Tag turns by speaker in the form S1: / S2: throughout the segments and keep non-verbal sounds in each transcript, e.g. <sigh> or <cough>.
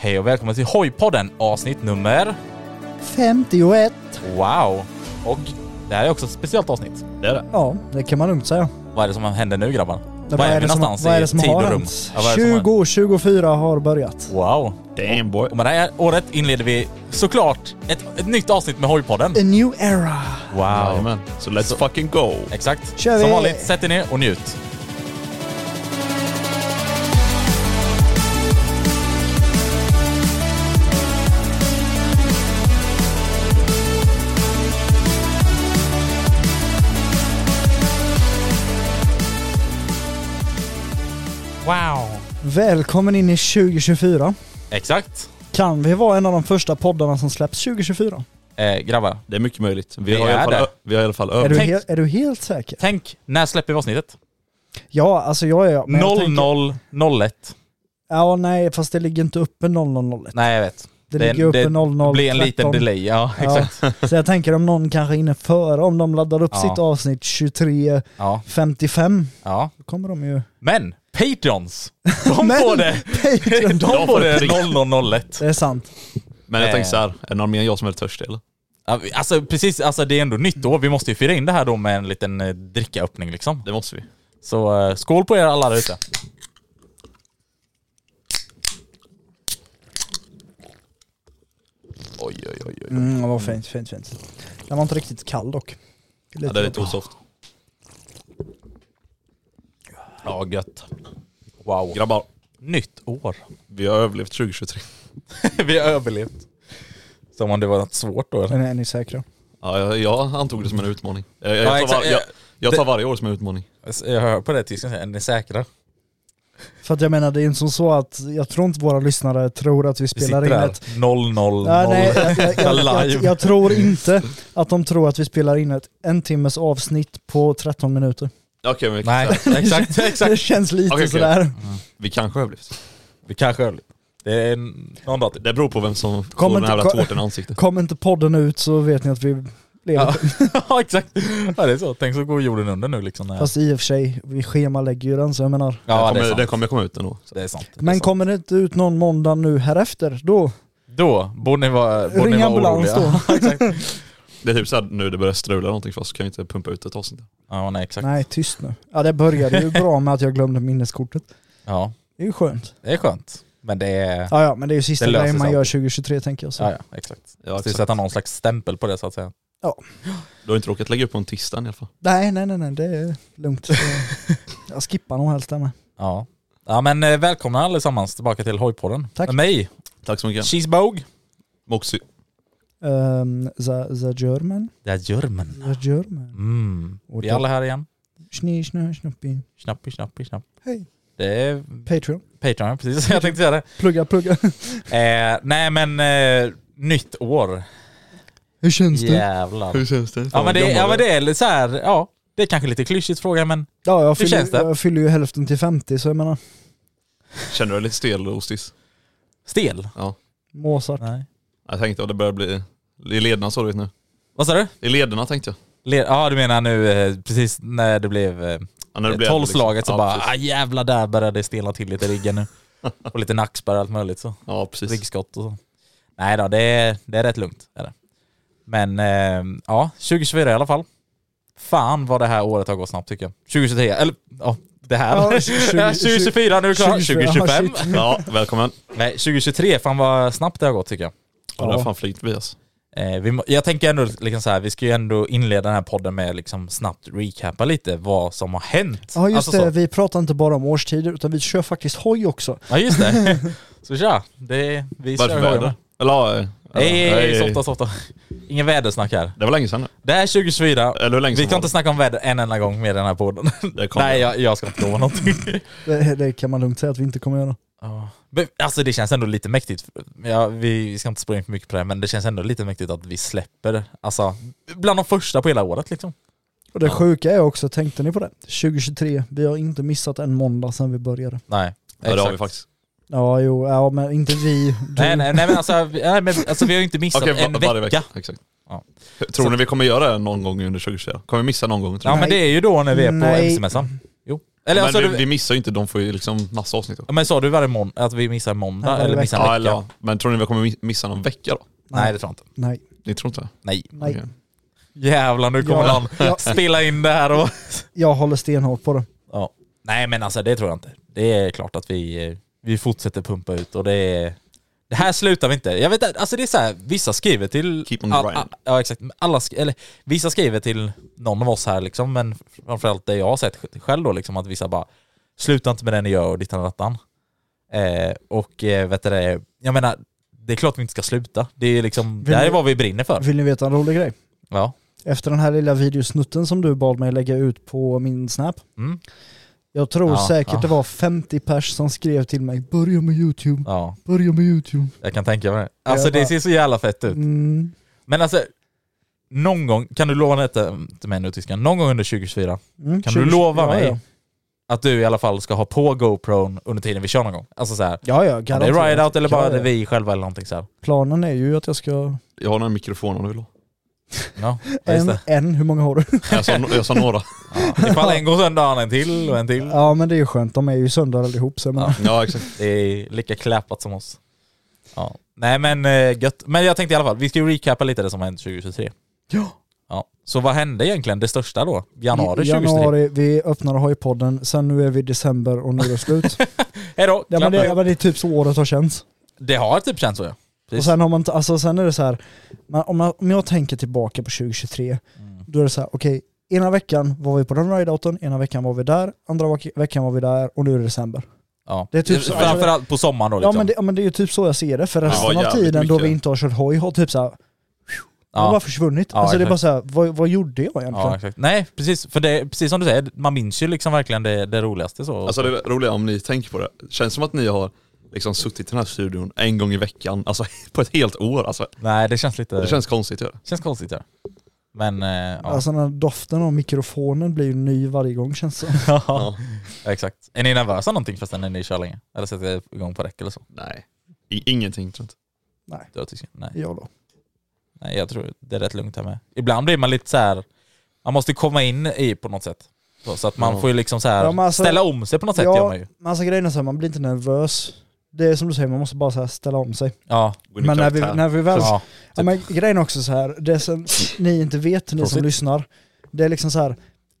S1: Hej och välkommen till Hojpodden avsnitt nummer...
S2: 51.
S1: Wow! Och det här är också ett speciellt avsnitt. Det är det.
S2: Ja, det kan man lugnt säga.
S1: Vad är det som händer nu grabbar?
S2: Men
S1: vad är, vi någonstans
S2: vad är
S1: i
S2: det som
S1: tid
S2: har
S1: och rum?
S2: hänt?
S1: Ja, vad är det som har-
S2: 2024 har börjat.
S1: Wow!
S3: Damn boy.
S1: Och med det här året inleder vi såklart ett, ett nytt avsnitt med Hojpodden.
S2: A new era.
S1: Wow!
S3: Jajamän. Så let's fucking go.
S1: Exakt.
S2: Kör
S1: Som
S2: vi.
S1: vanligt, sätt er ner och njut. Wow!
S2: Välkommen in i 2024.
S1: Exakt.
S2: Kan vi vara en av de första poddarna som släpps 2024?
S1: Eh, grabbar,
S3: Det är mycket möjligt. Vi,
S1: Det
S3: har, i
S1: är
S3: alla fall,
S1: det.
S3: ö- vi har i alla fall
S2: Är du,
S3: övat.
S1: tänk-
S2: he- är du helt säker?
S1: tänk, när släpper vi avsnittet?
S2: Ja, alltså jag är... men jag tänker-
S1: 00.01.
S2: Ja, nej, fast det ligger inte uppe 0001.
S1: Nej, jag vet.
S2: Det ligger uppe 00
S1: blir en liten
S2: 13.
S1: delay, ja exakt.
S2: Ja, så jag tänker om någon kanske hinner före, om de laddar upp
S1: Ja.
S2: sitt avsnitt 23.55,
S1: Ja, ja.
S2: då kommer de ju...
S1: Men Patreons, de
S2: <laughs> Men-
S1: får det! <laughs>
S2: Patreon,
S1: De får
S3: får
S1: det
S3: prick.
S1: 0001.
S2: det är sant.
S3: Men jag
S1: Eh.
S3: tänkte så här, är det någon mer än jag som är törstig eller?
S1: Ja, vi- Alltså precis, alltså det är ändå nytt år. Vi måste ju fira in det här då med en liten eh, drickaöppning liksom.
S3: Det måste vi.
S1: Så eh, skål på er alla där ute. Oj, oj, oj. oj.
S2: Mm, det var fint, fint, fint. Den var inte riktigt kall dock.
S3: Ja, det är lite osoft.
S1: Ja, gött. Wow.
S3: Grabbar,
S1: Nytt år. <laughs>
S3: vi har överlevt 2023.
S1: Vi har överlevt. Som om det var något svårt då eller?
S2: Men är ni säkra?
S3: Ja, jag, jag antog det som en utmaning. Jag, jag,
S1: Ja,
S3: tar,
S1: exakt.
S3: var, jag, jag
S1: Det-
S3: tar varje år som en utmaning.
S1: Jag hör på det tysken säga, är ni säkra?
S2: För att jag menar, det är inte som så att jag tror inte våra lyssnare tror att vi
S1: Vi
S2: spelar in ett...
S1: 0 0
S2: Ja, nej, jag, jag, jag, jag,
S1: live.
S2: jag tror
S1: <laughs>
S2: inte att de tror att vi spelar in ett en timmes avsnitt på 13 minuter.
S3: Okej, men vi,
S1: Nej, exakt,
S2: Det <laughs>
S1: exakt.
S2: känns lite
S3: Okej, okej.
S2: sådär.
S3: vi kanske har överlevt.
S1: Vi kanske är Det är en- någon dag till.
S3: Det beror på vem som
S2: Kommer
S3: får den här
S2: inte-
S3: jävla tårtan i
S2: <laughs>
S3: ansiktet.
S2: Kom inte podden ut så vet ni att vi lever.
S1: Ja. <laughs> ja, exakt. Ja, det är så. Tänk så går jorden under nu liksom. När...
S2: Fast i och för sig, vi schemalägger ju den så jag menar.
S1: ja, det
S3: kommer,
S1: är sant.
S3: det kommer komma ut ändå.
S1: Det är sant.
S2: Men kommer det inte ut någon måndag nu härefter, då
S1: Då borde ni vara, borde ni
S2: ring
S1: vara
S2: ambulans
S1: oroliga. <laughs>
S2: då.
S3: Det är typ såhär nu det börjar strula någonting för oss så kan vi inte pumpa ut ett avsnitt.
S1: Ja, nej exakt.
S2: Nej, tyst nu. Ja, det
S1: <laughs>
S2: började ju bra med att jag glömde minneskortet.
S1: Ja,
S2: Det är ju skönt.
S1: det är skönt. Men det är...
S2: Ja, ja, men det är ju sista
S1: Det löser
S2: grejen man
S1: sig
S2: gör 2023 tänker jag. Så.
S1: Ja, ja, exakt.
S3: Ja,
S1: Måste ju sätta någon slags stämpel på det så att säga.
S3: Du har inte råkat lägga upp på en tisdag i alla fall.
S2: Nej, nej, nej, nej, det är
S1: <laughs>
S2: lugnt. jag skippar nog helst den här.
S1: Ja. Ja men eh, välkomna allesammans tillbaka till Hojpodden.
S2: Tack.
S1: Med mig,
S3: Tack så mycket.
S1: Cheesebog.
S3: Moxie.
S2: Um, the, the German.
S1: Det är German.
S2: The German.
S1: Mm.
S2: Och
S1: Vi
S2: då-
S1: är alla här igen.
S2: Schni, schna, schnuppi.
S1: Snappi, snappi, snapp.
S2: Hej.
S1: Det är
S2: Patreon.
S1: Patreon, precis. <laughs> Jag tänkte säga det. <laughs>
S2: Plugga, plugga.
S1: Eh, nej men, eh, nytt år.
S2: Hur känns det?
S1: Jävlar.
S3: känns det?
S1: Ja men, det, ja men det är lite så här, ja. Det är kanske lite klyschigt fråga men
S2: Ja, jag
S1: känns
S2: fyller,
S1: det?
S2: jag fyller ju hälften till 50 så jag menar,
S3: Känner du dig lite stel och ostis?
S1: Stel?
S3: Ja.
S2: Mozart.
S1: Nej.
S3: Jag tänkte att det börjar bli... I lederna sa du vet nu.
S1: Vad sa du?
S3: I lederna tänkte jag.
S1: Le- ja, du menar nu eh, precis när det blev eh,
S3: Ja, när det blev- liksom-
S1: tolvslaget så
S3: ja,
S1: bara
S3: precis.
S1: ah, jävlar där började det stelna till lite i ryggen
S3: <laughs>
S1: nu. och lite nackspärr och allt möjligt så.
S3: Ja precis.
S1: Ryggskott och så. Nej då, det är, det är rätt lugnt. Är det. Men eh, ja, 2024 i alla fall. Fan vad det här året har gått snabbt tycker jag. 2023, eller ja, det här.
S2: Ja,
S1: <laughs> 2024, nu är det klart.
S2: 2025.
S1: 2025.
S3: Ja,
S1: <laughs>
S3: välkommen.
S1: Nej, 2023, fan vad snabbt det har gått tycker jag.
S3: Ja, det har
S2: Ja.
S3: fan flugit förbi alltså.
S1: Eh, vi, må- jag tänker ändå liksom så här, vi ska ju ändå inleda den här podden med liksom snabbt recappa lite vad som har hänt.
S2: Ja just
S1: Alltså
S2: det,
S1: så.
S2: vi pratar inte bara om årstider utan vi kör faktiskt hoj också.
S1: Ja just
S2: <laughs>
S1: det. så tja, det, vi kör
S3: Varför
S1: igång
S3: väder?
S1: med.
S3: Eller ja, eh, ja,
S1: Hej, hej,
S3: nej,
S1: hej, softa, softa. Ingen vädersnack här.
S3: Det var länge sedan nu.
S1: Det här är 2024.
S3: Eller hur Äh,
S1: Vi
S3: länge sedan
S1: ska
S3: var
S1: inte snacka om väder en enda gång med den här podden.
S3: Det kommer.
S1: Nej, jag, jag ska inte lova någonting.
S2: Det, det kan man lugnt säga att vi inte kommer göra.
S1: Ja. Men, Alltså det känns ändå lite mäktigt. Ja, vi ska inte spå in för mycket på det, här, men det känns ändå lite mäktigt att vi släpper, alltså bland de första på hela året liksom.
S2: Och det sjuka är också, tänkte ni på det? 2023, vi har inte missat en måndag sedan vi började.
S1: Nej.
S3: Ja, det har
S1: exakt.
S3: vi faktiskt.
S2: Ja jo, ja, men inte vi. Du.
S1: Nej, nej, nej men, alltså, vi, nej, men alltså vi har ju inte missat
S3: Okej,
S1: en
S3: va- varje
S1: vecka.
S3: vecka. Exakt.
S1: Ja.
S3: Tror
S1: Så-
S3: ni vi kommer göra det någon gång under 2024? Kommer vi missa någon gång tror
S1: Ja
S3: ni?
S1: men det är ju då när vi är på
S2: Nej.
S1: MC-mässan. Jo. Eller
S3: men
S1: alltså,
S3: vi,
S1: du,
S3: vi missar ju inte, de får ju liksom massa avsnitt. då.
S1: ja, men sa du varje måndag, att vi missar måndag
S2: Ja, varje
S1: eller missar en
S3: Ja,
S1: vecka?
S3: eller, ja. men tror ni vi kommer mi- missa någon vecka då?
S1: Nej det tror jag inte.
S2: Nej.
S3: Ni tror inte det?
S1: Nej.
S2: Nej.
S3: Okej.
S1: Jävlar nu kommer
S2: Ja.
S1: någon
S2: Ja.
S1: spela in det här och...
S2: Jag håller stenhårt på det.
S1: Ja. Nej men alltså det tror jag inte. Det är klart att vi, eh, vi fortsätter pumpa ut och det är... Det här slutar vi inte. Jag vet inte, alltså det är så här, vissa skriver till...
S3: Keep on
S1: all-
S3: grinding.
S1: all- ja exakt. Alla, sk- eller, vissa skriver till någon av oss här liksom, men framförallt det jag har sett sj- själv då liksom, att vissa bara Sluta inte med det ni gör och dittan och dattan. Eh, och eh, vet du det, jag menar, det är klart vi inte ska sluta. Det är liksom, det här är vad vi brinner för.
S2: Vill ni veta en rolig grej?
S1: Ja.
S2: Efter den här lilla videosnutten som du bad mig lägga ut på min snap.
S1: Mm.
S2: Jag tror
S1: Ja,
S2: säkert
S1: ja.
S2: det var 50 pers som skrev till mig, börja med YouTube,
S1: Ja,
S2: börja med YouTube.
S1: jag kan tänka mig det. Alltså
S2: Jag bara-
S1: det ser så jävla fett ut.
S2: Mm.
S1: Men alltså, någon gång, kan du lova detta till mig nu tyskan, någon gång under 2024,
S2: Mm,
S1: Kan du lova
S2: ja,
S1: mig?
S2: Ja,
S1: att du i alla fall ska ha på GoPron under tiden vi kör någon gång? Alltså såhär,
S2: ja, ja
S1: det är
S2: garanterat.
S1: ride-out eller bara
S2: Ja,
S1: det
S2: ja.
S1: är vi själva eller någonting såhär.
S2: Planen är ju att jag ska...
S3: Jag har några mikrofoner om du vill ha.
S2: <laughs>
S1: Ja, ja, just
S2: En,
S1: det.
S2: en, hur många
S1: <laughs>
S2: har du?
S3: Jag sa, no- jag sa några.
S1: Ja, ifall en går sönder har han en till och en till.
S2: Ja men det är ju skönt, de är ju sönder allihop så jag menar.
S3: Ja exakt.
S1: Det är lika kläpat som oss. Ja. Nej men eh, gött. Men jag tänkte i alla fall, vi ska ju recappa lite det som har hänt 2023.
S2: Ja.
S1: ja. Så vad hände egentligen det största då? Januari 2023?
S2: Januari, vi öppnade hojpodden, sen nu är vi i december och nu är
S1: <laughs>
S2: det slut.
S1: Hejdå!
S2: ja, men det, ja, men det är typ så året har känts.
S1: Det har typ känts så ja.
S2: Och
S1: Precis.
S2: sen har man, inte- alltså sen är det så här, man, om, man, om jag tänker tillbaka på 2023,
S1: Mm.
S2: då är det så här, okej, ena veckan var vi på den rideouten, ena veckan var vi där, andra vak- veckan var vi där och nu är det december.
S1: ja.
S2: det är typ så-
S1: Framförallt på sommaren då
S2: Ja
S1: liksom.
S2: men, det, ja men det är ju typ så jag ser det, för resten av
S3: jävligt
S2: tiden då vi
S3: mycket.
S2: inte har kört hoj har typ så här,
S1: Ja.
S2: de har bara försvunnit.
S1: Ja,
S2: alltså det är
S1: exakt.
S2: bara så här, vad, vad gjorde jag
S1: Ja,
S2: egentligen?
S1: exakt. Nej, precis. För det, precis som du säger, man minns ju liksom verkligen det, det roligaste så.
S3: Alltså det roliga om ni tänker på det, känns som att ni har liksom suttit i den här studion en gång i veckan, alltså <laughs> på ett helt år alltså.
S1: Nej, det känns lite...
S3: Det känns konstigt gör det.
S1: känns konstigt ja. Men, eh, ja.
S2: Alltså den här doften av mikrofonen blir ju ny varje gång känns det <laughs> som.
S1: <laughs> ja. Exakt. Är ni nervösa någonting förresten när ni kör länge? Eller sätter igång på räck eller så?
S3: Nej. I- ingenting tror jag inte.
S2: Nej,
S1: Du har tyckt- Nej.
S2: jag då.
S1: Nej, jag tror det är rätt lugnt här med. Ibland blir man lite så här. man måste komma in i på något sätt. Så, så att man
S3: Ja.
S1: får ju liksom så här
S2: Ja, men alltså-
S1: ställa om sig på något sätt gör
S2: Ja,
S1: man ju.
S2: massa grejer alltså, är så här, man blir inte nervös. Det är som du säger, man måste bara så här ställa om sig.
S1: Ja.
S3: Gå in i
S2: Men när vi,
S3: karaktär.
S2: när vi väl...
S1: ja.
S2: Ja, men grejen är också så här, det som ni inte vet, ni som
S1: Typ. Prosit.
S2: lyssnar, det är liksom så här,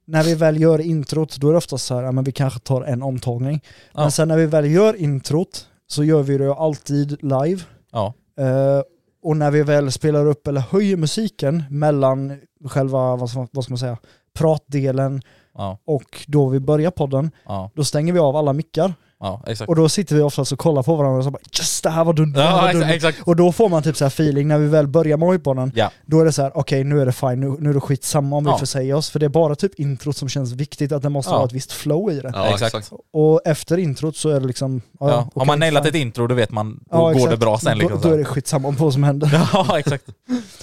S2: när vi väl gör introt, då är det oftast så här, ja, men vi kanske tar en omtagning.
S1: Ja.
S2: Men sen när vi väl gör introt så gör vi det ju alltid live.
S1: ja.
S2: Eh, och när vi väl spelar upp eller höjer musiken mellan själva, vad ska, vad ska man säga, pratdelen
S1: Ja.
S2: och då vi börjar podden,
S1: Ja.
S2: då stänger vi av alla mickar.
S1: Ja, exakt.
S2: Och då sitter vi oftast och kollar på varandra och så bara yes, det här var dunder, det här
S1: Ja,
S2: var
S1: exakt.
S2: dunder.
S1: exakt.
S2: Och då får man typ så här feeling när vi väl börjar med hojbanan.
S1: Ja.
S2: Då är det så här, okej nu är det fine, nu, nu är det skitsamma om
S1: Ja.
S2: vi får säga oss. För det är bara typ introt som känns viktigt, att det måste
S1: Ja.
S2: ha ett visst flow i det.
S3: Ja
S1: exakt.
S3: exakt.
S2: Och efter introt så är det liksom...
S1: Ja.
S2: okej,
S1: Har man nailat
S2: fine.
S1: ett intro då vet man, då
S2: Ja,
S1: går
S2: exakt.
S1: det bra sen liksom. så
S2: Då, då
S1: här.
S2: är det skitsamma om vad som händer.
S1: <laughs> Ja, exakt.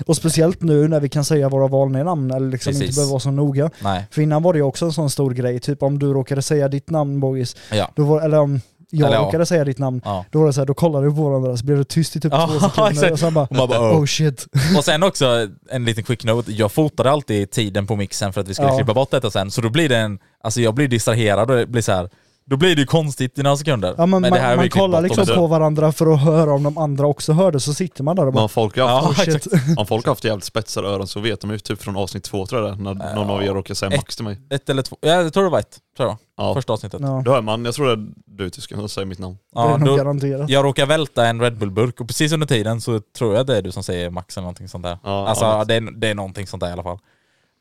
S2: Och speciellt nu när vi kan säga våra vanliga namn eller liksom inte
S1: Precis.
S2: behöver vara så noga.
S1: Nej.
S2: För innan var det ju också en sån stor grej, typ om du råkade säga ditt namn Bogis,
S1: Ja.
S2: då var, eller om jag
S1: Eller ja.
S2: råkade säga ditt namn,
S1: Ja.
S2: då var det så här, då kollade vi på varandra så blev det tyst i typ
S1: Ja,
S2: två
S1: <laughs>
S2: sekunder
S1: exakt.
S2: och sen bara,
S1: Och man bara,
S2: oh.
S1: "Oh."
S2: shit.
S1: Och sen också en liten quick note, jag fotade alltid tiden på mixen för att vi skulle
S2: Ja.
S1: klippa bort detta sen, så då blir det en, alltså jag blir distraherad och det blir så här. då blir det ju konstigt i några sekunder.
S2: Ja, men
S1: det här har
S2: man,
S1: vi
S2: man
S1: klippt
S2: kollar
S1: bort
S2: liksom
S1: också.
S2: på varandra för att höra om de andra också hörde, så sitter man där och
S3: Men
S2: bara
S3: om folk, har haft,
S2: oh
S3: <laughs>
S2: shit.
S3: om folk har haft jävligt spetsade öron så vet de ju typ från avsnitt två tror jag det är, när någon av er råkar säga Max till mig.
S1: Ett eller två, ja, jag tror det var ett, tror jag.
S3: Ja.
S1: Första avsnittet.
S2: Ja,
S3: Då hör man, jag tror det är du tysken som säger mitt namn.
S2: det
S1: Ja,
S2: är nog
S1: då,
S2: garanterat.
S1: jag råkar välta en Red Bull-burk och precis under tiden så tror jag det är du som säger Max eller någonting sånt där.
S3: Ja,
S1: alltså
S3: ja.
S1: det, är, det är någonting sånt där i alla fall.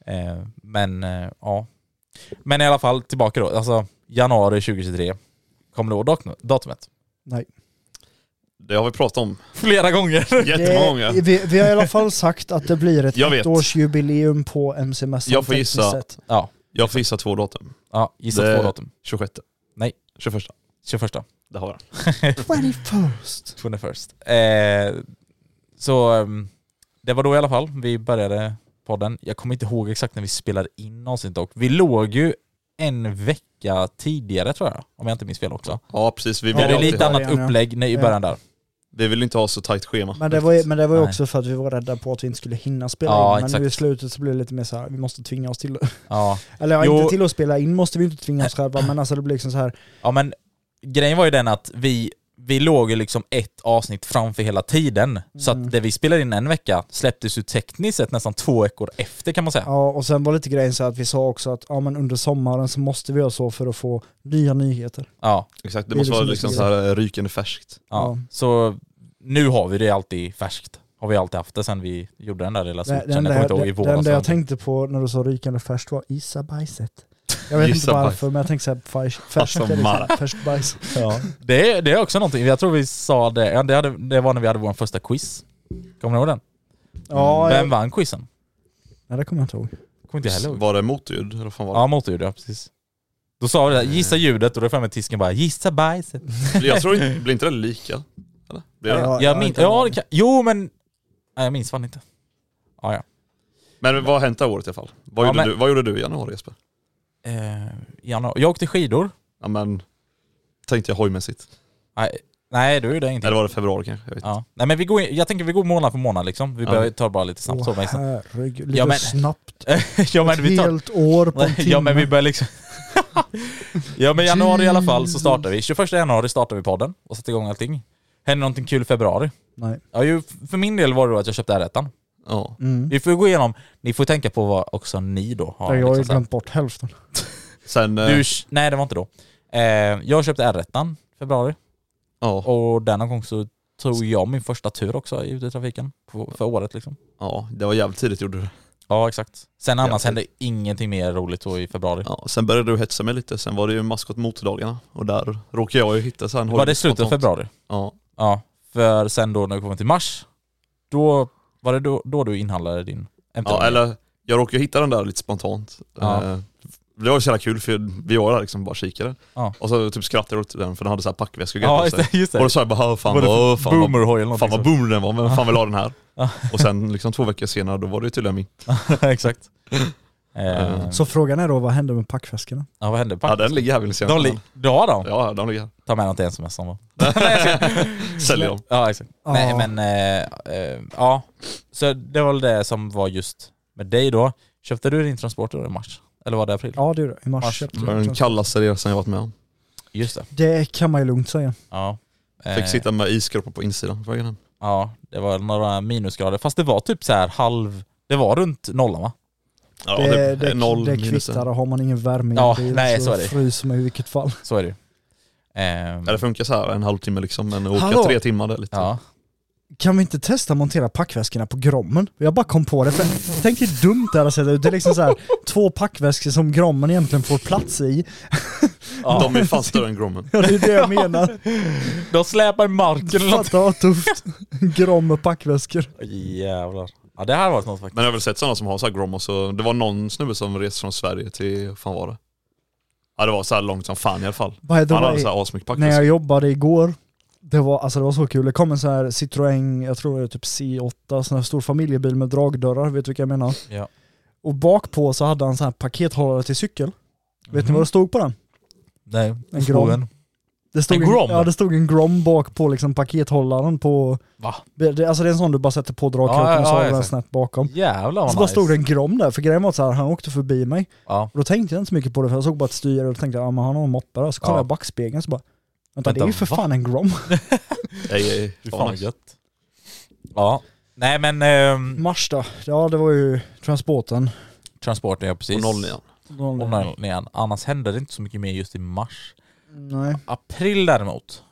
S1: Eh, men eh, ja. Men i alla fall tillbaka då, alltså januari 2023. Kommer du ihåg dat- datumet?
S2: Nej.
S3: Det har vi pratat om
S1: Flera gånger!
S3: jättemånga.
S2: Det, Eh, vi, vi har i alla fall sagt att det blir ett
S3: Jag vet.
S2: ettårsjubileum på MC-mässan.
S3: Jag får
S2: tekniskt
S3: gissa.
S2: sett.
S1: Ja,
S3: Jag får gissa två datum.
S1: ja gissa
S3: Det-
S1: två datum.
S3: 26.
S1: Nej.
S3: 21.
S1: 21.
S3: Det har jag.
S2: 21st.
S1: 21. Eh, så ehm, det var då i alla fall vi började podden. Jag kommer inte ihåg exakt när vi spelade in avsnittet dock. Vi låg ju en vecka tidigare tror jag, om jag inte minns fel också.
S3: Ja precis, vi
S2: Ja,
S1: Vi
S3: vill,
S1: hade
S3: ju
S2: det är
S1: lite
S3: alltid,
S2: början,
S1: annat
S2: ja.
S1: upplägg nej, i
S2: Ja.
S1: början där.
S3: vi vill inte ha så tajt schema.
S2: Men det var ju, men det var ju
S1: Nej.
S2: också för att vi var rädda på att vi inte skulle hinna spela
S1: Ja,
S2: in, men
S1: exakt.
S2: nu i slutet så blir det lite mer så här, vi måste tvinga oss till det.
S1: Ja.
S2: Eller ja,
S1: Jo.
S2: inte till att spela in måste vi inte tvinga oss själva, men alltså det blir liksom så här,
S1: ja, men grejen var ju den att vi, vi låg ju liksom ett avsnitt framför hela tiden. Så
S2: Mm.
S1: att det vi spelade in en vecka släpptes ju tekniskt sett nästan två veckor efter kan man säga.
S2: ja och sen var lite grejen så här att vi sa också att ja men under sommaren så måste vi göra så för att få nya nyheter.
S1: Ja.
S3: Exakt, det
S2: Det är
S3: måste vara
S2: liksom
S3: liksom
S2: det.
S3: så här rykande färskt.
S1: Ja,
S2: Ja.
S1: så nu har vi det alltid färskt. Har vi alltid haft det sen vi gjorde den där lilla
S2: Det
S1: switchen.
S2: den
S1: Alltså, jag kommer inte ihåg i
S2: där,
S1: våras.
S2: den där jag
S1: eller-
S2: tänkte på när du sa rykande färskt var isabajset. Jag vet inte
S3: Gissa
S2: varför men jag tänkte såhär färskt, färskt,
S3: Alltså,
S2: är liksom
S3: Mark.
S2: färskt bajs.
S1: Ja. Det, är- det är också någonting, jag tror vi sa det, ja, det, hade, det var när vi hade vår första quiz. Kommer ni ihåg den?
S2: Ja,
S1: Mm. Vem
S2: jag,
S1: vann quizen?
S2: nej, det kommer jag inte ihåg.
S1: Kommer inte jag heller ihåg.
S3: Var det motljud? Eller vad fan var
S1: Ja, motorljud, ja precis. Då sa vi det, här, gissa ljudet och då framme tisken bara gissa bajset.
S3: det? <laughs> Jag
S1: <laughs>
S3: tror inte, blir inte det lika? Eller? Blir det?
S2: Ja,
S1: jag
S2: ja,
S1: min-
S2: det kan
S1: ja,
S2: vara.
S1: det kan, jo men, nej, jag minns fan inte. Ja, ja.
S3: Men vad har hänt det här året i alla fall? Vad,
S1: Ja,
S3: gjorde,
S1: men-
S3: du, vad gjorde du i januari Jesper?
S1: Eh, januari. Jag åkte skidor.
S3: Ja men, tänkte jag hojmässigt.
S1: Nej, nej du gjorde ingenting.
S3: Eller var det februari kanske? Jag vet. inte.
S1: Ja. Nej men vi går in, jag tänker vi går månad för månad liksom. Vi
S3: Ja.
S1: behöver ta det bara lite snabbt. så,
S2: Åh
S1: men-
S2: herregud, lite
S1: Ja, men-
S2: snabbt.
S1: <laughs> ja, men
S2: Ett
S1: vi tar,
S2: helt år på en
S1: <laughs>
S2: timme.
S1: ja men vi börjar liksom... ja men i januari i alla fall så startar vi. 21 januari startar vi podden och sätter igång allting. Händer någonting kul i februari?
S2: Nej.
S1: Ja, ju, för min del var det då att jag köpte r
S3: Ja.
S1: Vi får gå igenom, ni får tänka på vad också ni då har.
S2: Mm. jag har ju
S1: liksom så här.
S2: glömt bort hälften.
S3: Sen, eh,
S1: du, nej det var inte då. Eh, jag köpte r februari
S3: ja,
S1: och där någon gång så tog jag min första tur också ute i trafiken på, för året liksom.
S3: ja, det var jävligt tidigt gjorde du det.
S1: Ja exakt. Sen annars
S3: Ja.
S1: hände ingenting mer roligt då i februari.
S3: Ja, sen började du hetsa mig lite, sen var det ju maskot motdagarna och där råkade jag ju hitta så här en
S1: var det
S3: hojmäss
S1: slutet av
S3: spontant.
S1: februari?
S3: Ja,
S1: Ja, för sen då när vi kom till mars, då var det då, då du inhandlade din MT?
S3: ja eller jag råkade ju hitta den där lite spontant.
S1: Ja.
S3: Eh, Det var ju så jävla kul för vi var där liksom bara kikade.
S1: Ja.
S3: Och så typ skrattade jag åt den för den hade så här packväskor och
S1: Ja,
S3: grejer
S1: just
S3: på sig.
S1: det. Just det.
S3: Och då sa jag bara "Åh, fan
S1: Var det
S3: vad, fan vad,
S1: Boomerhoj eller
S3: fan vad
S1: någonting
S3: boom den var, men fan vill ha den här.
S1: Ja.
S3: Och sen liksom två veckor senare då var det ju tydligen min.
S1: sånt. <laughs>
S3: <laughs>
S1: Exakt. eh,
S2: Så frågan är då, vad hände med packväskorna?
S1: ja, vad hände?
S3: Ja den ligger här vill ni se.
S1: de li- du har dem?
S3: Ja
S1: <laughs>
S3: de ligger här.
S1: Ta med dem till ensamhässan va?
S3: <laughs> Säljer dem.
S1: Ja exakt.
S2: Ja.
S1: Nej men, eh, eh, ja. Så det var väl det som var just med dig då. Köpte du din transporter då i mars? Eller var det april?
S2: Ja det är det, i mars.
S1: Mars.
S2: köpte
S3: Det
S2: jag
S3: var
S2: den.
S3: den kallaste resan jag varit med om.
S1: Just det.
S2: Det kan man ju lugnt säga.
S1: Ja. Eh,
S3: Fick sitta med iskroppar på insidan på vägen hem.
S1: Ja, det var några minusgrader. Fast det var typ så här halv, det var runt nollan va?
S3: Ja,
S2: det, det,
S3: är noll
S2: det
S3: minus.
S2: kvittar, har man ingen värme i
S1: Ja,
S2: en bil
S1: nej, så
S2: så
S1: är det.
S2: fryser man i vilket fall.
S1: Så är det ju. Ehm,
S3: Ja, det funkar så här en halvtimme liksom, men åka
S2: Hallå?
S3: tre timmar det är lite.
S1: ja.
S2: Kan vi inte testa montera packväskorna på Grommen? Jag bara kom på det, för tänk hur dumt det hade sett ut. Det är liksom så här, två packväskor som Grommen egentligen får plats i.
S1: Ja.
S3: De är fan större än Grommen.
S2: Ja, det är det jag menar.
S1: De släpar i marken eller
S2: <laughs>
S1: något.
S2: Fatta vad tufft. Grom med packväskor.
S1: Jävlar. Ja det här var något faktiskt.
S3: Men jag har väl sett sådana som har så här Grom och så, det var någon snubbe som reste från Sverige till, vad fan var det? Ja det var så här långt som fan alltså, i alla fall.
S2: By the
S3: Han hade
S2: way,
S3: så här asmycket
S2: när jag
S3: packväskor.
S2: jobbade igår, det var, alltså det var så kul. Det kom en sån här Citroën, jag tror det är typ C8, sån här stor familjebil med dragdörrar, vet du vilka jag menar?
S1: Ja.
S2: Och bak på så hade han sån här pakethållare till cykel. Vet ni vad det stod på den?
S1: Nej,
S2: En gran. Det stod
S1: En
S2: en,
S1: Grom?
S2: Ja, det stod en Grom bak på liksom pakethållaren på...
S1: Va?
S2: Det, alltså det är en sån du bara sätter på dragkroken
S1: Ja, ja,
S2: och så
S1: ja,
S2: har du den
S1: exakt.
S2: snett bakom.
S1: Jävlar
S2: Så
S1: vad
S2: bara
S1: nice.
S2: stod det en Grom där, för grejen var så här, han åkte förbi mig.
S1: Ja.
S2: Och då tänkte jag inte så mycket på det, för jag såg bara ett styre och tänkte, ja men han har en moppe där. Så kollade
S1: Ja.
S2: jag i backspegeln så bara, vänta,
S1: Vänta,
S2: det är ju för
S1: va?
S2: fan en Grom. <laughs>
S3: Ej, ej,
S1: Fy
S3: eh, fan,
S1: fan vad
S3: nice.
S1: gött. Ja. Nej men ehm,
S2: Mars då? Ja det var ju transporten.
S1: transporten är precis.
S3: Och noll igen.
S1: Och nollan igen. Annars händer det inte så mycket mer just i mars.
S2: Nej.
S1: April däremot.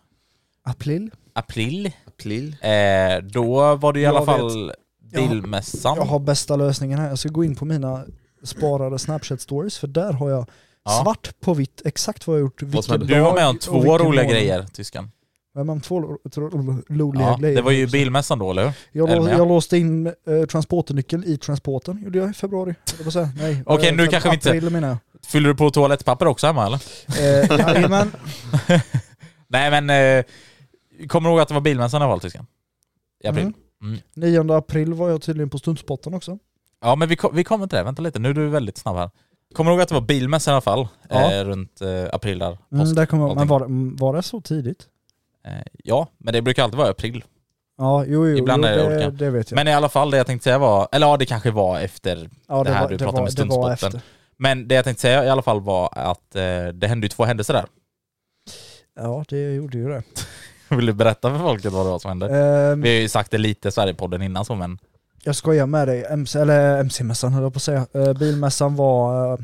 S2: April?
S1: April.
S3: April.
S1: Eh, då var det i alla
S2: Jag
S1: fall
S2: Jag har-
S1: dillmässan.
S2: Jag har bästa lösningen här. Jag ska gå in på mina sparade Snapchat-stories, för där har jag
S1: Ja.
S2: svart på vitt exakt vad jag har gjort. vilken
S3: som hände?
S1: Du var med om
S2: dag
S1: två
S2: och vilken
S1: roliga
S2: månad.
S1: grejer, tyskan.
S2: Ja, men två ro- ro- roliga
S1: Ja,
S2: grejer.
S1: det var ju bilmässan då, eller hur?
S2: jag,
S1: eller
S2: lå-
S1: med.
S2: jag låste in eh, transporternyckel i transporten, gjorde jag i februari. Jag vill säga, nej.
S1: <laughs> Okej,
S2: eh,
S1: nu kanske vi inte-
S2: April menar jag.
S1: Fyller du på toalettpapper också hemma eller? <laughs>
S2: Eh, jajamän.
S1: Nej men, eh, kommer du ihåg att det var bilmässan i alla fall, tyskan? I april.
S2: Mm.
S1: Mm.
S2: 9 april var jag tydligen på stuntspotten också.
S1: Ja men vi, kom, vi kommer till det, vänta lite, nu är du väldigt snabb här. Kommer du ihåg att det var bilmässan i alla fall?
S2: Ja.
S1: Eh, runt eh, april där,
S2: Mm,
S1: påsk.
S2: där kom jag,
S1: någonting.
S2: men var, det- mm, var det så tidigt?
S1: Eh, ja, men det brukar alltid vara i april.
S2: Ja, jo, jo,
S1: Ibland
S2: jo
S1: är det
S2: det,
S1: olika.
S2: det vet jag.
S1: typ. Men i alla fall det jag tänkte säga var, eller ja det kanske var efter
S2: ja,
S1: det här du pratade om med
S2: det var
S1: stuntspotten.
S2: efter.
S1: Men det jag tänkte säga i alla fall var att eh, det hände ju två händelser där. <laughs>
S2: Ja, det gjorde ju det.
S1: Vill du berätta för folket vad det var som hände?
S2: Ehm,
S1: Vi har ju sagt det lite så här i podden innan så men...
S2: jag skojar med dig, MC, eller MC-mässan höll jag på att säga. Eh, bilmässan var eh,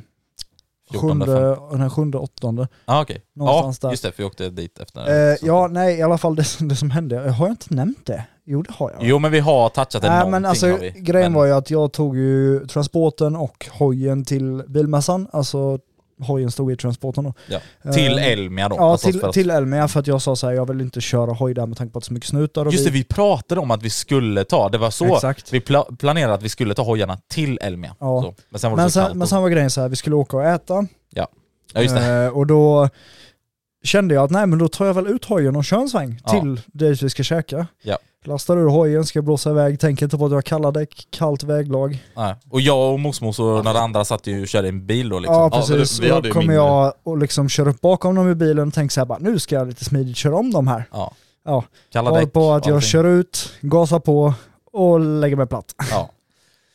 S1: 14,
S2: sjunde, den sjunde, åttonde.
S1: Ah, okej.
S2: Någonstans
S1: Ja,
S2: där.
S1: just det, för vi åkte dit efter.
S2: Eh,
S1: det. Så-
S2: ja, nej i alla fall det, som- det som hände. Eh, Har jag inte nämnt det? Jo det har jag.
S1: Jo men vi har touchat det
S2: Nej
S1: någonting
S2: men alltså
S1: har vi.
S2: grejen
S1: Men-
S2: var ju att jag tog ju transporten och hojen till bilmässan, alltså hojen stod i transporten då.
S1: Ja.
S2: Eh,
S1: Till Elmia då.
S2: Ja,
S1: alltså
S2: till,
S1: för att-
S2: till Elmia för att jag sa så här, jag vill inte köra hoj där med tanke på att det är så mycket snutar och
S1: Just det, vi pratade om att vi skulle ta, det var så
S2: Exakt.
S1: vi pla- planerade att vi skulle ta hojarna till Elmia.
S2: Ja.
S1: Så. Men sen var det
S2: Men
S1: så kallt
S2: sen, men
S1: och-
S2: sen var grejen så här, vi skulle åka och äta
S1: Ja just det.
S2: Eh, och då kände jag att nej men då tar jag väl ut hojen och kör en sväng
S1: Ja.
S2: till dit vi ska käka.
S1: Ja.
S2: Lastar ur hojen, ska blåsa iväg, tänker inte på att jag har kalla däck, kallt väglag.
S1: Nej. Och jag och mosmos och några andra satt ju och körde en bil då liksom.
S2: Ja
S3: Ja, men
S2: precis,
S3: det- vi
S2: och
S3: hade
S2: då
S3: ju
S2: kommer
S3: mindre.
S2: jag och liksom kör upp bakom dem i bilen och tänker så här bara nu ska jag lite smidigt köra om dem här.
S1: Ja.
S2: Ja.
S1: Kalla
S2: Håller
S1: däck
S2: på
S1: och
S2: att jag
S1: allting.
S2: kör ut, gasar på och lägger mig platt.
S1: Ja.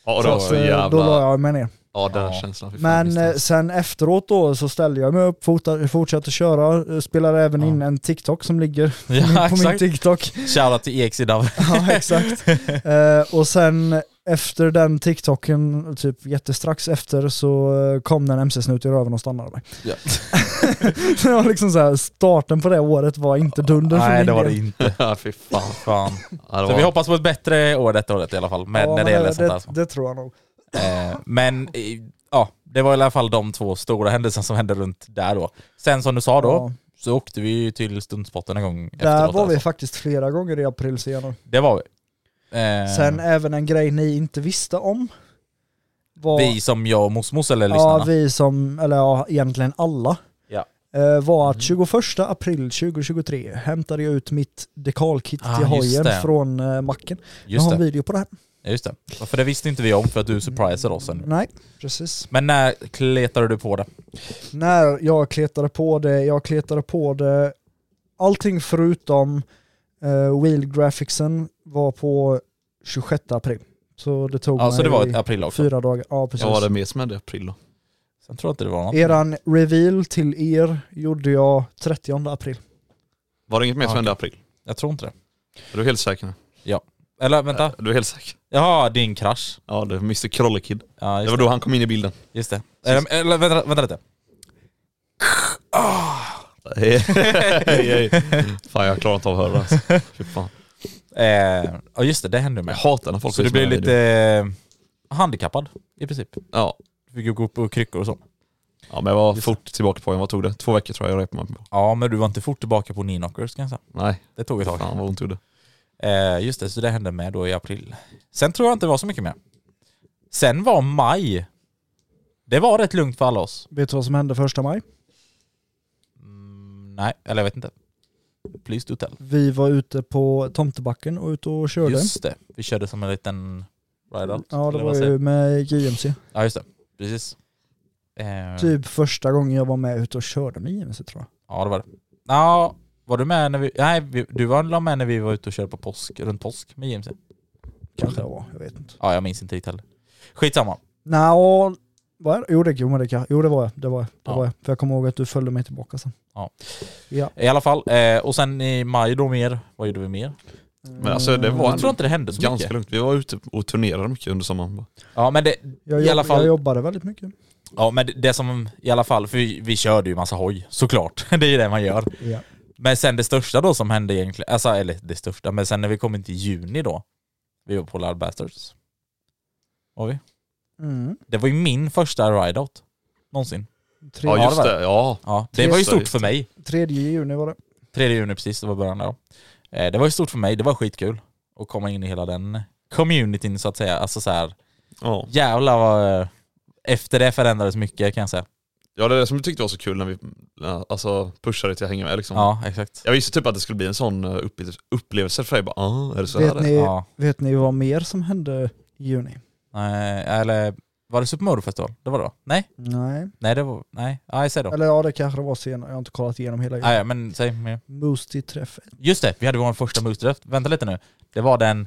S3: Ja det var
S2: att,
S3: så
S2: eh, Då
S3: jävla...
S2: la jag mig ner.
S3: Ja den
S1: Ja.
S3: känslan. Fy fan,
S2: Men
S3: visst,
S2: eh,
S3: alltså.
S2: sen efteråt då så ställde jag mig upp, forta- fortsatte köra, eh, spelade även
S1: Ja.
S2: in en TikTok som ligger
S1: ja
S2: på <laughs> min
S1: exakt.
S2: TikTok.
S1: Shoutout till EX i Dav.
S2: <laughs> Ja, exakt. Eh, och sen efter den TikToken, typ jättestrax efter, så eh, kom den MC-snut i röven och stannade mig. <laughs>
S3: Ja.
S2: det var liksom så här, starten på det året var inte dunder för
S1: Nej
S2: min
S1: det var
S2: del.
S1: det inte.
S3: Ja <laughs> fy fan.
S1: Fan.
S3: Ja, det
S1: Så
S3: var...
S1: vi hoppas på ett bättre år detta året i alla fall, med,
S2: Ja,
S1: när
S2: men
S1: det gäller
S2: det,
S1: sånt där.
S2: det, det tror jag nog.
S1: Eh, men eh, ja, det var i alla fall de två stora händelserna som hände runt där då. Sen som du sa då,
S2: Ja.
S1: så åkte vi ju till stundspotten en gång
S2: Där var vi
S1: alltså.
S2: faktiskt flera gånger i april senare.
S1: Det var vi. Eh,
S2: Sen även en grej ni inte visste om. Var,
S1: vi som jag och mosmos eller
S2: ja,
S1: lyssnarna.
S2: vi som, eller ja, egentligen alla,
S1: Ja. Mm.
S2: eh, var att 21 april 2023 hämtade jag ut mitt dekalkit
S1: Ah,
S2: till
S1: just
S2: hojen
S1: det.
S2: från eh, macken. Jag
S1: Just
S2: har en
S1: det,
S2: video på det här.
S1: just det. För det visste inte vi om för att du surprisade oss. sen.
S2: Nej, precis.
S1: Men när kletade du på det?
S2: När jag kletade på det, jag kletade på det, allting förutom eh, wheel graphicsen var på 26 april. Så det tog
S1: Ja, så
S2: mig
S1: det var i april också.
S2: fyra dagar. Ja, precis.
S3: Ja, vad var det mer som hände i april då?
S1: Sen tror jag inte det var något.
S2: Eran reveal till er gjorde jag 30 april.
S3: Var det inget mer
S1: Ja,
S3: som hände i april?
S1: Jag tror inte det.
S3: Är du helt säker nu?
S1: Eller vänta,
S3: Du är helt säker?
S1: jaha din krasch.
S3: Ja det är Mr Krollekid.
S1: Ja,
S3: Det
S1: just
S3: var
S1: det.
S3: då han kom in i bilden.
S1: Just det. Eller, eller vänta, vänta lite.
S3: Hej, hej. Fan jag klarar inte av att höra det alltså. Fy fan.
S1: Eh, ja just det, det hände ju
S3: Jag
S1: med.
S3: hatar när folk
S1: Så
S3: är
S1: du
S3: såna
S1: blev
S3: här
S1: lite
S3: videor.
S1: eh, handikappad i princip.
S3: Ja.
S1: Du fick ju gå upp på kryckor och så.
S3: ja men jag var
S1: Just
S3: fort tillbaka på den. Vad tog det? Två veckor tror jag jag repade mig på.
S1: Ja men du var inte fort tillbaka på knee-knockers kan jag säga.
S3: Nej,
S1: Det tog ett tag.
S3: fan vad ont det gjorde.
S1: Eh, just det, så det hände med då i april. Sen tror jag inte det var så mycket mer. Sen var maj. Det var rätt lugnt för alla oss.
S2: Vet du vad som hände första maj?
S1: Mm, nej, eller jag vet inte. Please do tell.
S2: Vi var ute på tomtebacken och ute och körde.
S1: Just det, vi körde som en liten ride-out.
S2: ja,
S1: eller
S2: det
S1: vad
S2: var
S1: säger
S2: ju
S1: jag?
S2: med JMC.
S1: Ja just det, precis. Eh,
S2: Typ första gången jag var med ute och körde med JMC tror jag.
S1: Ja det var det. Ja, Var du med när vi, nej vi- du var la med när vi var ute och körde på påsk, runt påsk med JMC?
S2: Kanske det var, jag vet inte.
S1: Ja jag minns inte riktigt heller. Skitsamma.
S2: Nå, var jag? Jo det, jo, men det, kan- jo, det var jag. Det var jag. Det
S1: Ja.
S2: var jag. För jag kommer ihåg att du följde mig tillbaka sen.
S1: I alla fall, eh, och sen i maj då mer, vad gjorde vi mer?
S3: Men alltså det var
S1: Jag tror
S3: ändå
S1: inte det hände så
S3: ganska
S1: mycket.
S3: lugnt. Vi var ute och turnerade mycket under sommaren. bara.
S1: Ja men det,
S2: Jag,
S1: i
S2: jobb-
S1: alla fall-
S2: jag jobbade väldigt mycket.
S1: ja men det, det som i alla fall, för vi, vi körde ju massa hoj såklart. <laughs> det är ju det man gör.
S2: Ja.
S1: Men sen det största då som hände egentligen, alltså eller det största, men sen när vi kom in till juni då, vi var på Loud Bastards. Var vi?
S2: Mm.
S1: Det var ju min första rideout någonsin.
S2: Tre,
S3: Ja just
S1: det var
S3: det, ja.
S1: Ja, det var ju
S3: Just det,
S1: stort
S3: just
S1: för mig.
S2: Tredje juni var det.
S1: 3 juni precis, det var början där. då. Eh, Det var ju stort för mig, det var skitkul att komma in i hela den communityn så att säga. Alltså så här,
S3: ja.
S1: jävlar vad... Efter det förändrades mycket kan jag säga.
S3: Ja det är det som du tyckte var så kul när vi alltså, pushade till att hänga med liksom.
S1: Ja, exakt.
S3: Jag visste typ att det skulle bli en sån eh, upple- upplevelse för dig. Bara, ah, är det så här
S2: Vet
S3: det är?"
S2: ni,
S1: Ja.
S2: vet ni vad mer som hände i juni?
S1: Eh, Eller var det Super Mario Festival? Det var det va? Nej?
S2: Nej.
S1: Nej, det var... Nej, ah, säg då.
S2: Eller ja det kanske det var senare, jag har inte kollat igenom hela
S1: Ah,
S2: grejen.
S1: ja, men säg mer.
S2: Moostie-träffen.
S1: Just det, vi hade vår första Moose Vänta lite nu. Det var den...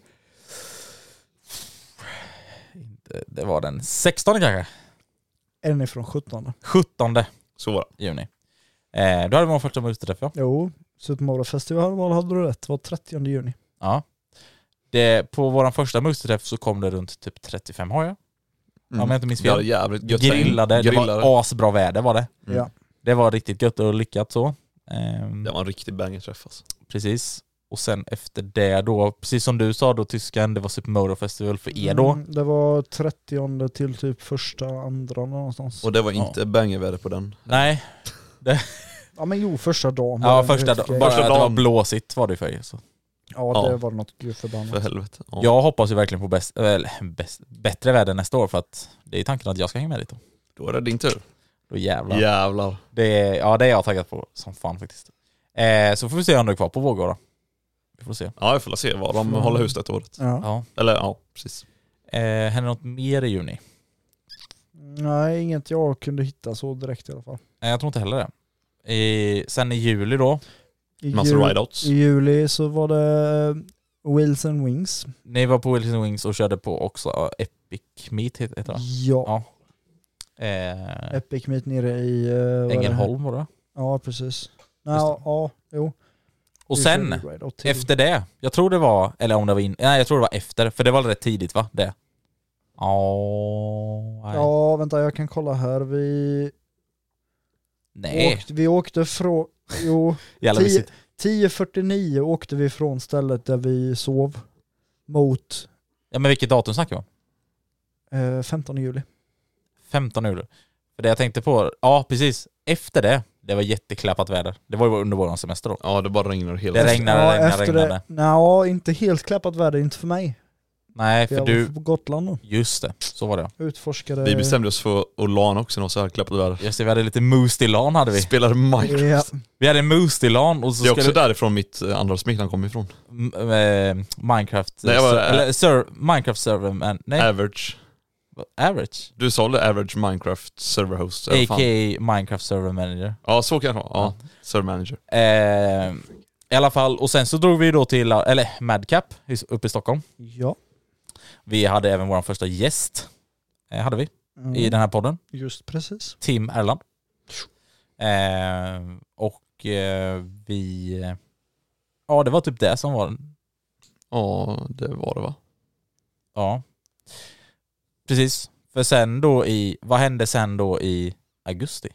S1: Inte- Det var den 16 kanske?
S2: En ifrån 17.
S1: 17
S3: Så var det.
S1: juni. Eh, då hade vi vår första Moose ja.
S2: Jo, Super Mario Festival hade du rätt, det var 30 juni.
S1: ja. Det, på vår första Moose så kom det runt typ 35 har jag.
S3: Mm.
S1: Om jag inte minns
S3: Vi hade
S1: fel.
S3: jävligt gött gäng.
S1: Grillade, det
S3: Grillade.
S1: var asbra väder var det.
S3: Mm.
S2: Ja.
S1: Det var riktigt gött och lyckat så. Ehm,
S3: Det var en riktig banger-träff alltså.
S1: Precis. Och sen efter det då, precis som du sa då tyskan, det var Super Moto Festival för er då.
S2: Mm, det var 30 till typ första, andra någonstans.
S3: Och det var inte banger-väder på den.
S1: Nej,
S2: Ja men jo, första dagen. var
S1: ja,
S2: det en
S1: första,
S2: riktig-
S1: dagen- bara
S3: Mm. Första
S1: att det var
S3: dagen.
S1: blåsigt var det ju för er. Så.
S2: Ja det
S3: Ja.
S2: var något gudförbannat.
S3: För helvete. Ja.
S1: Jag hoppas ju verkligen på bäst, eller, bäst, bättre väder nästa år för att det är tanken att jag ska hänga med dit då.
S3: Då är det din tur.
S1: Då jävlar.
S3: Jävlar.
S1: Det, är- ja, det är jag taggad på som fan faktiskt. Eh, så får vi se om du är kvar på Vårgårda. Vi får se.
S3: Ja, jag får se vad de
S2: Mm.
S3: håller hus detta året.
S2: Ja.
S1: Ja.
S3: Eller ja, precis.
S1: Eh, händer något mer i juni?
S2: Nej, inget jag kunde hitta så direkt i alla fall.
S1: Nej, jag tror inte heller det. Eh, sen i juli då,
S2: I,
S3: Massa
S2: jul-
S3: rideouts.
S2: I juli så var det eh, Wheels and Wings.
S1: ni var på Wilson Wings och körde på också eh, Epic Meet heter heter det.
S2: Ja.
S1: Eh,
S2: Mm. Epic Meet nere i... eh, vad är det här?
S1: Ängelholm var det.
S2: Ja, precis. Nej,
S1: Just det.
S2: ja, ja, jo.
S1: Och
S2: Vi
S1: sen,
S2: körde ride
S3: Typ.
S2: out till-
S1: efter det, jag tror det var, eller om det var in, nej jag tror det var efter, för det var rätt tidigt va? Det. Åh, nej.
S2: Ja, vänta jag kan kolla här. Vi,
S1: nej.
S2: åkte, vi åkte från... Jo,
S1: Jävlar, vi
S2: tio-
S1: sitter-
S2: 10.49 åkte vi från stället där vi sov mot
S1: Ja men vilket datum snackar vi om?
S2: eh, 15 juli.
S1: 15 juli. För det jag tänkte på, ja precis, efter det, det var jätteklappat väder. Det var ju under vår semester då.
S3: Ja, det bara regnar hela
S1: Det
S3: tiden.
S1: regn- regnade, regnade, regnade.
S2: Nej, inte helt klappat väder, inte för mig.
S1: Nej
S2: För
S1: för
S2: jag
S1: du,
S2: var på Gotland då.
S1: just det, så var det.
S2: Utforskade...
S3: Vi bestämde oss för Olan också när så här klappat väder.
S1: Just det, vi hade lite moose till LAN hade vi.
S3: Spelade Minecraft.
S2: Ja,
S1: Vi hade moose till LAN och så
S3: Det är också
S1: skulle
S3: därifrån mitt eh, andra smeknamn kommer ifrån.
S1: M- eh, Minecraft...
S3: Nej, jag var-
S1: eller ser, Minecraft server, men nej.
S3: Average.
S1: Average?
S3: Du sa väl average Minecraft server host? eller vad fan?
S1: A.k.a. Minecraft Server Manager.
S3: Ja, så kan det vara. Ja, server manager.
S1: Eh, I alla fall, och sen så drog vi då till, eller Madcap i- uppe i Stockholm.
S2: ja.
S1: Vi hade även vår första gäst, eh, hade vi,
S2: Mm.
S1: i den här podden.
S2: Just precis.
S1: Tim Erland. Eh, och eh, vi... Ja, det var typ det som var
S3: Ja, det var det va?
S1: Ja. Precis. För sen då i, vad hände sen då i augusti?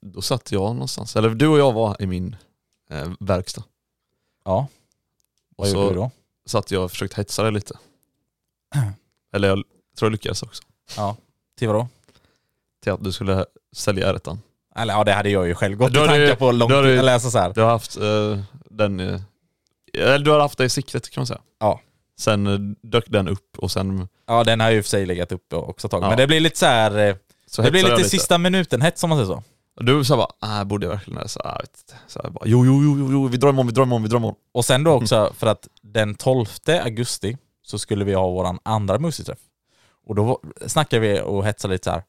S3: Då satt jag någonstans. Eller du och jag var i min eh, verkstad.
S1: Ja. Vad
S3: Och så-
S1: gjorde du då?
S3: Satt jag och försökte hetsa
S1: <clears throat>
S3: dig lite. Eller jag tror jag lyckades också.
S1: Till vadå?
S3: Till att du skulle sälja r 1
S1: Eller ja, det hade jag ju själv gått
S3: Då
S1: i
S3: har du-
S1: tankar på långt,
S3: då har du-
S1: eller alltså så här.
S3: Du har haft eh, den... Eh, eller du har haft det i siktet kan man säga.
S1: Ja.
S3: Sen eh, dök den upp och sen
S1: Ja, den har ju i och för sig legat uppe också ett tag.
S3: Ja.
S1: Men det blir lite så här, eh,
S3: så
S1: det blir
S3: hetsade
S1: lite,
S3: jag
S1: sista minuten-hets om man säger så.
S3: Och du sa bara, ah, borde jag verkligen det? Så, ah, vet inte. så jag bara, jo, jo, jo, jo, jo, vi drar imorgon, vi drar imorgon, vi drar imorgon.
S1: Och sen då också för att den 12 augusti så skulle vi ha våran andra musikträff. Och då var- snackade vi och hetsade lite så här.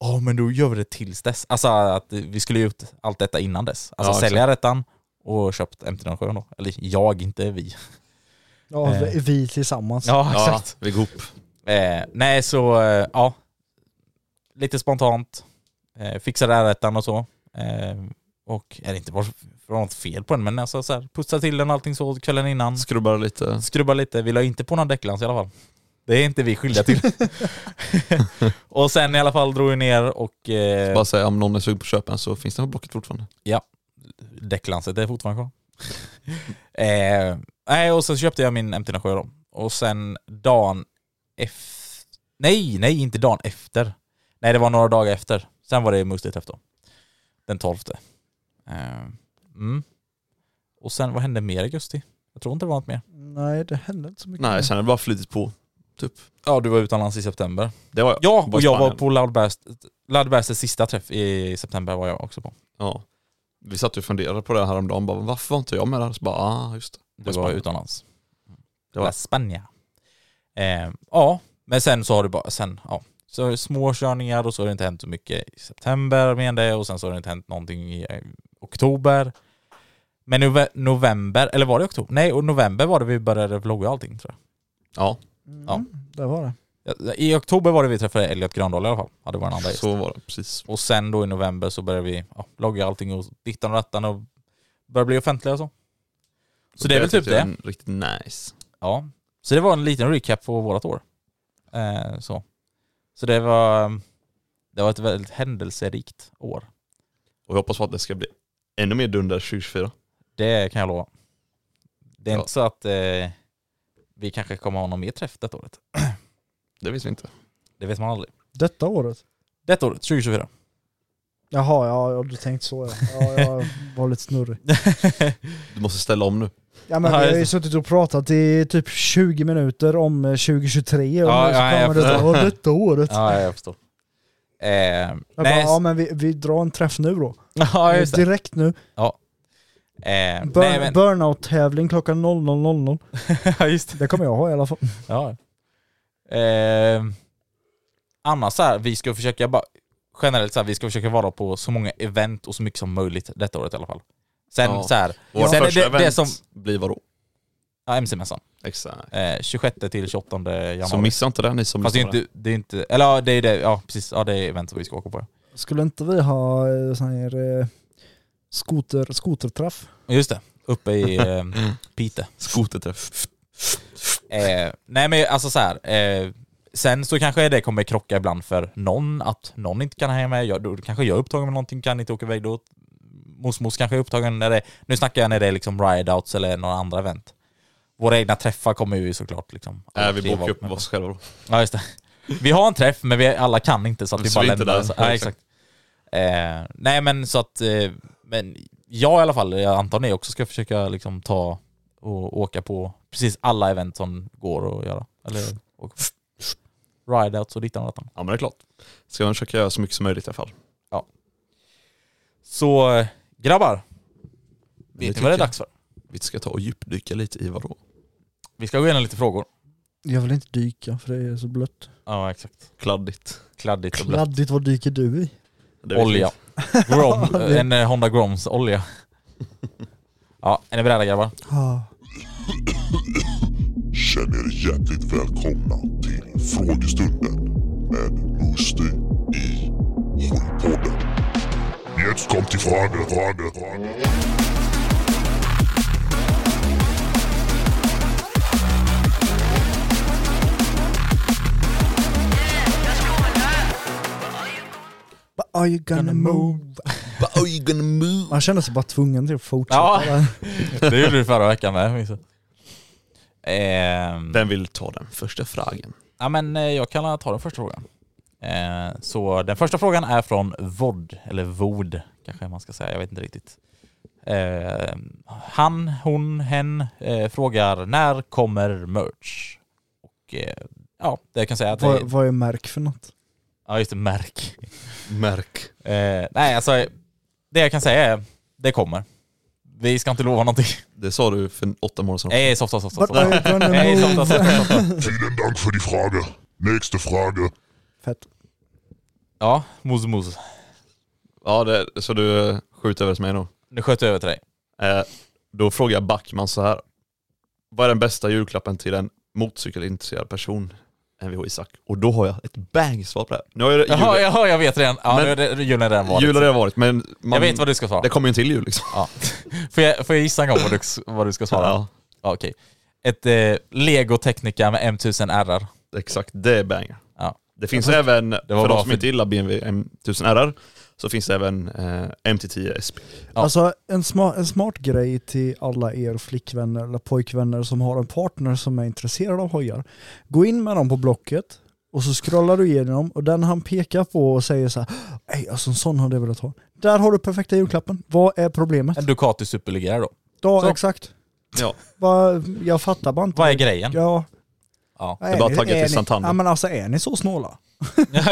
S1: Ja men då gör vi det tills dess. Alltså att vi skulle ge ut allt detta innan dess. Alltså
S3: Ja,
S1: sälja rättan och köpt MT-07 då. Eller jag, inte vi.
S2: Ja,
S1: Eh.
S2: vi- vi
S1: <laughs>
S2: tillsammans.
S1: Ja,
S3: Ja, vi går ihop.
S1: Eh, nej, så eh, ja. Lite spontant. Eh, fixade R1 och så. Eh, och är det inte bara för något fel på den, men alltså så här, putsa till den allting så kvällen innan.
S3: Skrubbar lite.
S1: Skrubba lite. Vi la inte på någon däcklans i alla fall. Det är inte vi skyldiga till. <laughs> och sen i alla fall drog vi ner och eh,
S3: Bara säga om någon är sugen på att köpa en så finns den på Blocket fortfarande.
S1: däcklanset är fortfarande kvar. <laughs> eh, nej, och sen köpte jag min MT-07 då. Och sen dagen efter... Nej, nej, inte dagen efter. Nej, det var några dagar efter. Sen var det Mustigt efter. Den 12. Eh, mm. Och sen, vad hände mer i augusti? Jag tror inte det var något mer.
S2: Nej, det hände inte så mycket.
S3: Nej, sen har det bara flyttat på.
S1: Ja, du var utomlands i september.
S3: Det var jag.
S1: Ja, och
S3: i
S1: jag var
S3: Spanien.
S1: på Loudbasters sista träff i september var jag också på.
S3: Ja. Vi satt och funderade på det här häromdagen, bara, varför var inte jag med där? Så bara, ah, just det.
S1: Du var
S3: Spanien.
S1: utomlands.
S3: Det var-
S1: La Spania. Eh, ja, men sen så har du bara, sen, ja. Så små körningar och så har det inte hänt så mycket i september med det och sen så har det inte hänt någonting i eh, oktober. Men nove- november, eller var det oktober? Nej, och november var det vi började vlogga allting tror jag.
S3: Ja,
S2: Mm,
S1: Ja.
S2: Det var det.
S1: Ja, I oktober var det vi träffade Elliot Gröndahl i alla fall. Ja, det var en andra gäst.
S3: så var det. Precis.
S1: Och sen då i november så började vi ja, logga allting och dittan och rattan och började bli offentliga och så. Så det är väl typ
S3: tyckte jag
S1: det.
S3: är Riktigt nice.
S1: Ja, så det var en liten recap på vårat år. Eh, så. så det var det var ett väldigt händelserikt år.
S3: Och jag hoppas på att det ska bli ännu mer dunder 2024.
S1: Det kan jag lova. Det är
S3: Ja.
S1: inte så att eh, vi kanske kommer ha någon mer träff detta året. <clears throat>
S3: Det visste vi inte.
S1: Det vet man aldrig.
S2: Detta året?
S1: Detta året,
S2: <laughs>
S1: 2024.
S2: Jaha, ja, ja du tänkte så ja. ja. Jag var lite snurrig.
S3: Du måste ställa om nu.
S2: Ja, men vi
S1: Ja,
S2: har ju
S1: just
S2: suttit och pratat i typ 20 minuter om eh, 2023 och
S1: Ja,
S2: nu så
S1: ja, jag
S2: kommer det
S1: förstår.
S2: ja, detta året.
S1: ja, jag förstår. Eh,
S2: Jag
S1: nej,
S2: bara, ja
S1: s-
S2: men vi, vi drar en träff nu då.
S1: <laughs> ja, just det.
S2: Direkt nu.
S1: Eh,
S2: Burn,
S1: nej, men,
S2: Burnout-tävling klockan 00.00.
S1: <laughs> ja, just det.
S2: Det kommer jag ha i alla fall.
S1: Ja. Eh, annars så här, vi ska försöka bara, generellt så här, vi ska försöka vara på så många event och så mycket som möjligt detta året i alla fall. Sen
S3: Ja.
S1: så här,
S3: Vårt
S1: sen
S3: första
S1: är det,
S3: event
S1: det som,
S3: blir vadå?
S1: ja MC-mässan,
S3: Exakt.
S1: eh, 26 till 28 januari.
S3: Så missa inte det ni som
S1: Fast det är
S3: missar
S1: inte, det är inte, eller ja, det är det, ja precis, ja det är event som vi ska åka på.
S2: Skulle inte vi ha eh, sån här eh, skoter, skoterträff?
S1: Just det, uppe i <laughs> eh, Piteå.
S3: <laughs> Skoterträff.
S1: Eh, nej men alltså så här. Eh, sen så kanske det kommer krocka ibland för någon att någon inte kan hänga med. Jag, då kanske jag är upptagen med någonting, kan inte åka iväg då. Mosmos kanske är upptagen när det, nu snackar jag när det är liksom rideouts eller några andra event. Våra egna träffar kommer ju såklart liksom.
S3: Nej, vi
S1: aldrig
S3: bokar
S1: vara
S3: upp
S1: med på.
S3: oss själva då.
S1: Ja just det. Vi har en träff men vi alla kan inte så att vi
S3: Så
S1: bara
S3: vi är inte
S1: lämnar.
S3: där.
S1: Så,
S3: Ja,
S1: ja, exakt. Eh, nej men så att, eh, men jag i alla fall, jag antar ni också ska försöka liksom ta och åka på precis alla event som går att göra. Eller och, rideouts och dittan och dattan.
S3: Ja men det är klart. Ska man försöka göra så mycket som möjligt i alla fall.
S1: Så eh, grabbar,
S3: det
S1: vet ni
S3: tycker
S1: vad det är
S3: jag.
S1: dags för?
S3: Vi ska ta och djupdyka lite i vadå?
S1: Vi ska gå igenom lite frågor.
S2: Jag vill inte dyka för det är så blött.
S1: Ja exakt.
S3: Kladdigt.
S1: Kladdigt och blött.
S2: Kladdigt, vad dyker du i?
S3: Det vet
S1: Olja.
S3: vi. <laughs>
S1: Grom, en eh, Honda Groms olja. Ja, är ni beredda grabbar?
S2: Ah.
S4: Känn er hjärtligt välkomna till frågestunden med Musti i Hållpodden. Jetzt kommt die Frage, Frage, Frage.
S2: But are you gonna, move?
S3: But are you gonna move?
S2: Man känner sig bara tvungen till att fortsätta.
S1: Ja.
S2: där.
S1: Det gjorde du förra veckan med, minns jag. Ehm,
S3: Vem vill ta den första frågan?
S1: ja, men eh, jag kan ta den första frågan. Eh, så den första frågan är från Vod, eller Vod kanske man ska säga, jag vet inte riktigt. Eh, han, hon, hen eh, frågar när kommer merch? Och eh, ja, det jag kan säga att <laughs> det
S2: Vad,
S1: är,
S2: vad är märk för något?
S1: ja, just det, märk.
S3: Märk.
S1: Eh, nej alltså, det jag kan säga är, det kommer. Vi ska inte lova någonting. Eh,
S3: Det sa du för åtta månader sedan.
S1: Nej, softa, softa,
S2: But are
S1: softa.
S2: you
S1: <laughs>
S2: gonna
S1: Nej, softa,
S2: move?
S1: softa, softa.
S4: Vielen Dank für die Frage. Nächste Frage.
S2: <laughs> Fett.
S1: Ja, mos mos.
S3: Ja, det, så du eh, skjuter över till mig då?
S1: Nu sköt jag över till dig.
S3: Eh, då frågar jag Backman så här. Vad är den bästa julklappen till en motorcykelintresserad person? NVH Isak. Och då har jag ett bang-svar på det här. Nu har jag
S1: Jaha,
S3: jul-
S1: jaha, jag vet redan. Ja,
S3: Men-
S1: nu är det- julen har redan varit.
S3: jul har redan varit, men man,
S1: Jag vet vad du ska svara.
S3: det kommer ju en till jul liksom.
S1: Ja. <laughs> Får, jag, får jag gissa en gång vad du, vad du ska svara?
S3: Ja.
S1: Ja. okej. Ett eh, Lego Technica med M1000 RR.
S3: Exakt, det är banger.
S1: Ja.
S3: Det finns även, för
S1: bra
S3: de som
S1: för-
S3: inte gillar BMW M1000RR, så finns det även eh, MT10 SP.
S1: Ja.
S2: Alltså en, sma- en smart grej till alla er flickvänner eller pojkvänner som har en partner som är intresserad av hojar. Gå in med dem på Blocket och så scrollar du igenom och den han pekar på och säger så här, "Ey, alltså en sån hade jag velat ha. Där har du perfekta julklappen. Vad är problemet?
S1: En Ducati Superleggera då.
S2: Ja,
S1: Så.
S2: exakt.
S3: Ja.
S2: Va, jag fattar bara inte.
S1: Vad är grejen? Ja,
S2: Ja.
S1: Ja. <laughs>
S2: Är
S3: är bara
S2: ni-
S3: taggat
S2: är
S3: till
S2: ni-
S3: Santander.
S2: Ja men alltså är ni så snåla?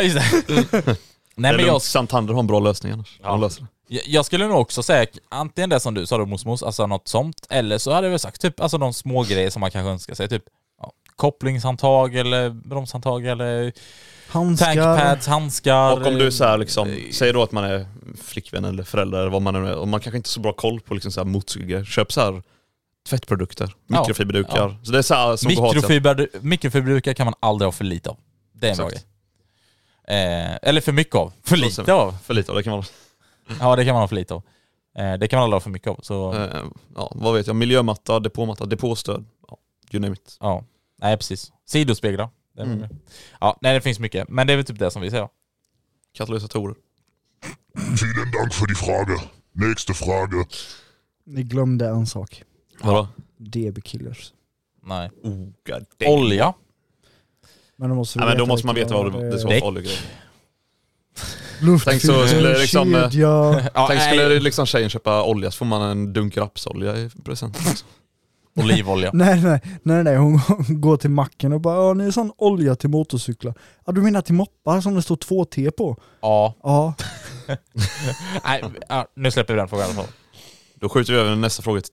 S1: just
S3: <laughs>
S1: det. Nej
S3: Eller
S1: men jag,
S3: Santander har en bra lösning annars.
S1: Ja.
S3: De löser det.
S1: jag- jag skulle nog också säga antingen det som du sa då mosmos, alltså något sånt, eller så hade jag väl sagt typ alltså de små grejer som man kanske önskar sig, typ ja, kopplingshandtag eller bromshandtag eller
S2: Handskar.
S1: tankpads, handskar.
S3: Och om du är så här, liksom,
S1: eh,
S3: säg då att man är flickvän eller förälder eller vad man nu är, och man kanske inte har så bra koll på liksom så här motorcykel, köp så här tvättprodukter,
S1: Ja.
S3: mikrofiberdukar.
S1: Ja.
S3: Så det är så här som går att ha till-
S1: Mikrofiber, mikrofiberdukar kan man aldrig ha för lite av. Det är en bra grej.
S3: Exakt.
S1: Eh, eller för mycket av. För
S3: Så-
S1: lite av.
S3: För lite, ja, det kan vara.
S1: Ja, det kan man ha för lite av. Eh, det kan man aldrig ha för mycket av. Så,
S3: Eh, ja, vad vet jag, miljömatta, depåmatta, depåstöd. Ja, you name it.
S1: ja. Nej, precis. Sidospeglar. Det är väl
S3: Mm.
S1: det. Ja, nej, det finns mycket. Men det är väl typ det som vi säger.
S3: Katalysatorer.
S4: Vielen Dank für die Frage. Nächste Frage.
S2: Ni glömde en sak.
S3: Vadå?
S2: DB killers.
S1: Nej.
S3: Oh, god
S1: Olja.
S2: Men då måste, vi
S3: Ja, men då
S2: veta
S3: måste man
S2: vilka
S3: veta vad det, det var
S1: Däck.
S3: för oljegrej. Tänk så skulle det
S2: Luftfilter,
S3: liksom, eh, <laughs>
S2: kedja.
S1: Ja,
S3: Tänk
S1: nej,
S3: skulle liksom tjejen köpa olja så får man en dunk rapsolja i present.
S1: <laughs> Olivolja.
S2: Nej nej, nej nej, hon <laughs> går till macken och bara ja ni är sån olja till motorcyklar. Ja du menar till moppar som det står 2T på?
S1: ja.
S2: Ja,
S1: <laughs> Nej, ja, nu släpper vi den frågan i alla fall.
S3: Då skjuter vi över nästa fråga till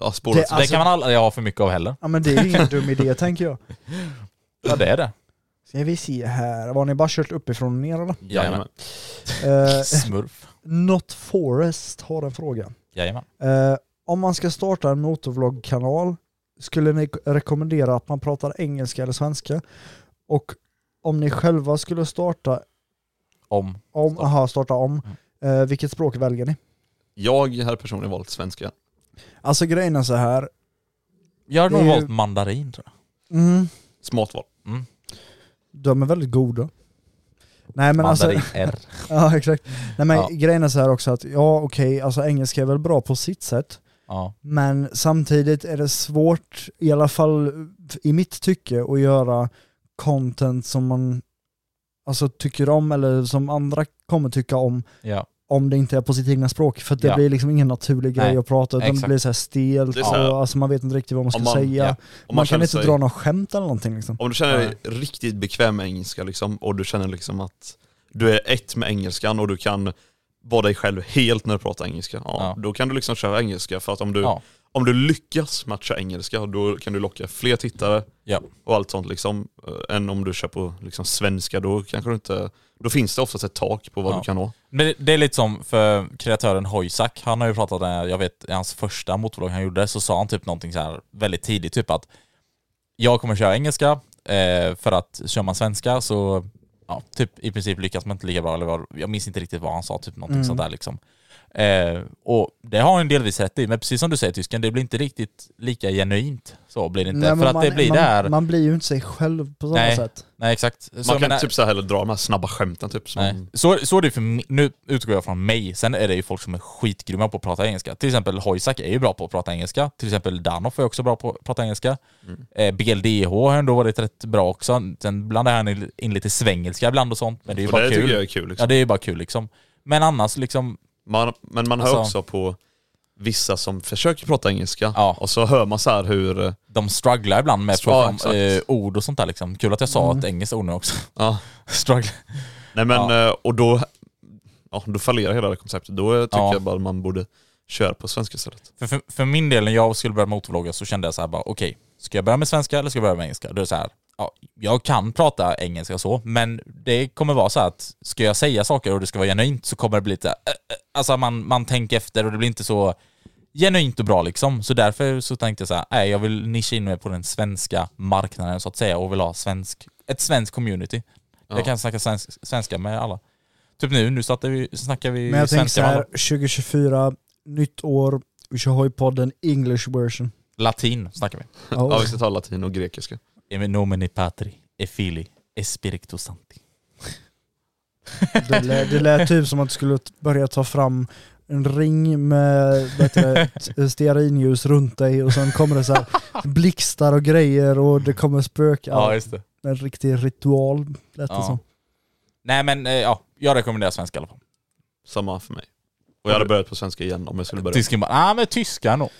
S3: Ja, spåret.
S2: Det- Alltså-
S1: det kan man aldrig ha för mycket av heller.
S2: Ja men det är ingen dum
S3: <laughs>
S2: idé tänker jag.
S1: Ja, det är det.
S2: Ska vi se här, var ni bara kört uppifrån och ner eller?
S1: Jajamän.
S3: Mm.
S2: Eh,
S1: Smurf.
S2: Not Forest har en fråga.
S1: Jajamän.
S2: Eh, om man ska starta en motorvloggkanal, skulle ni k- rekommendera att man pratar engelska eller svenska? Och om ni själva skulle starta
S1: Om.
S2: om, aha, starta om,
S1: Mm.
S2: eh, vilket språk väljer ni?
S3: Jag hade personligen valt svenska.
S2: Alltså grejen är så här.
S1: Jag hade
S2: Det
S1: nog
S2: är ju-
S1: valt mandarin tror jag.
S2: Mm,
S3: Smart val.
S1: Mm.
S2: de är väldigt goda. Nej men alltså,
S1: mandarin R.
S2: <laughs> ja exakt. Nej men
S1: Ja.
S2: grejen är så här också att ja okej, alltså engelska är väl bra på sitt sätt.
S1: Ja.
S2: Men samtidigt är det svårt, i alla fall i mitt tycke, att göra content som man alltså, tycker om eller som andra kommer tycka om
S1: Ja.
S2: om det inte är på sitt egna språk. För att det
S1: Ja.
S2: blir liksom ingen naturlig grej
S1: Nej,
S2: att prata utan det
S1: exakt.
S2: blir så här stelt
S3: Det är så här-
S2: och alltså, man vet inte riktigt vad man ska
S3: Om man-
S2: säga.
S1: ja.
S2: Man,
S1: Om
S3: Om
S2: kan
S3: känner
S2: inte
S3: sig-
S2: dra några skämt eller någonting liksom.
S3: Om du känner dig riktigt bekväm med engelska liksom, och du känner liksom att du är ett med engelskan och du kan vara dig själv helt när du pratar engelska. Ja,
S1: Ja.
S3: Då kan du liksom köra engelska för att om du,
S1: Ja.
S3: om du lyckas matcha engelska då kan du locka fler tittare
S1: Ja.
S3: och allt sånt liksom. eh, Än om du kör på liksom svenska då kanske du inte, då finns det oftast ett tak på vad
S1: Ja.
S3: du kan nå.
S1: Men det- det är lite som för kreatören Hojsak, han har ju pratat, eh, jag vet i hans första motorvlogg han gjorde så sa han typ någonting så här väldigt tidigt, typ att jag kommer köra engelska, Eh, för att kör man svenska så ja, typ, i princip lyckas man inte lika bra. Eller vad, jag minns inte riktigt vad han sa, typ någonting
S2: Mm.
S1: sånt där liksom. Eh, och det har han delvis rätt i, men precis som du säger tysken, det blir inte riktigt lika genuint. Så blir det inte.
S2: Nej, men
S1: för att
S2: man,
S1: det blir
S2: man,
S1: det här...
S2: man blir ju inte sig själv på samma
S1: Nej.
S2: sätt.
S1: nej exakt. Så
S3: Man
S1: jag
S3: kan
S1: menar-
S3: typ så här heller dra de här snabba skämten typ. Som,
S1: Nej. Så, så är det ju för mi- nu utgår jag från mig, sen är det ju folk som är skitgrymma på att prata engelska. Till exempel Hojsak är ju bra på att prata engelska, till exempel Danoff är också bra på att prata engelska.
S3: Mm.
S1: Eh, BLDH har ändå varit rätt bra också, sen blandar han in- in lite svengelska ibland och sånt, men det är ju
S3: och
S1: bara
S3: det
S1: kul.
S3: tycker jag är kul. Liksom.
S1: Ja det är ju bara kul liksom. Men annars liksom,
S3: Man, men man hör
S1: Alltså-
S3: också på vissa som försöker prata engelska
S1: Ja.
S3: och så hör man så här hur... eh,
S1: de strugglar ibland med
S3: Ja,
S1: program,
S3: exakt.
S1: eh, ord och sånt där liksom. Kul att jag sa ett engelskt ord nu också. <laughs>
S3: Ja.
S1: Struggle.
S3: Nej men,
S1: Ja.
S3: eh, och då, ja, då fallerar hela det konceptet. Då eh, tycker
S1: Ja.
S3: jag bara man borde köra på svenska istället.
S1: För, för, för min del, när jag skulle börja motorvlogga så kände jag så här bara, okej, ska jag börja med svenska eller ska jag börja med engelska? Då är det så här, ja, jag kan prata engelska och så, men det kommer vara så här att ska jag säga saker och det ska vara genuint så kommer det bli lite, äh, äh, alltså man, man tänker efter och det blir inte så genuint och bra liksom. Så därför så tänkte jag så här, nej, jag vill nischa in mig på den svenska marknaden så att säga och vill ha svensk, ett svenskt community. Jag kan snacka svensk, svenska med alla. Typ nu, nu satte vi, snackar vi
S2: Men jag tänker
S1: svenska
S2: så
S1: med
S2: här,
S1: alla.
S2: 2024, nytt år, vi kör hojpodden English
S1: <laughs>
S2: version.
S1: Latin snackar vi.
S2: Ja.
S3: Ja vi ska ta latin och grekiska.
S1: In nomine patri, e fili, e spiritu santi.
S2: Det lät, det lät typ som att du skulle t- börja ta fram en ring med
S1: <laughs>
S2: vet du, t- stearinljus runt dig och sen kommer det så här blixtar och grejer och det kommer spök. Ja,
S1: just det.
S2: en riktig ritual lät det
S1: Ja.
S2: som.
S1: Nej men eh, ja, jag rekommenderar svenska i alla fall.
S3: Samma för mig. Och jag hade börjat på svenska igen om jag skulle börja.
S1: Tysken bara, ah men tyska nog.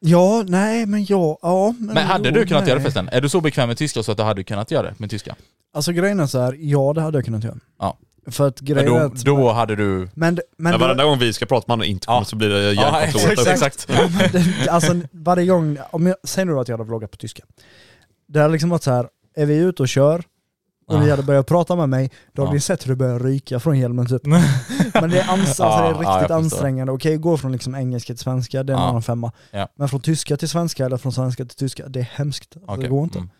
S2: Ja, nej men ja, ja.
S1: Men hade
S2: jo,
S1: du kunnat
S2: nej.
S1: göra det förresten? Är du så bekväm med tyska så att du hade kunnat göra det med tyska?
S2: Alltså grejen är så här, ja det hade jag kunnat göra.
S1: Ja.
S2: För att
S1: Men
S2: grejen är
S1: då,
S2: att...
S1: då hade du...
S2: men, men,
S3: Men
S2: då- <laughs>
S3: varenda gång vi ska prata med andra inte kommer
S1: Ja.
S3: så blir det
S1: Ja,
S3: hjärnkontoret.
S1: exakt,
S3: Ja,
S1: exakt.
S2: Det- alltså varje gång, om jag, säg nu då att jag hade vloggat på tyska. Det hade liksom varit så här, är vi ute och kör och ni
S1: Ja.
S2: hade börjat prata med mig, då hade
S1: Ja.
S2: ni sett hur det börjar ryka från hjälmen
S1: <laughs>
S2: typ. Men det är, ans- alltså, det
S1: Ja,
S2: är
S1: Ah, ja, jag
S2: riktigt
S1: förstår.
S2: ansträngande. Okej, gå från liksom engelska till svenska, det är en
S1: Ja.
S2: annan femma.
S1: Ja.
S2: Men från tyska till svenska eller från svenska till tyska, det är hemskt. Alltså, Det
S1: Okej,
S2: går inte.
S1: mm.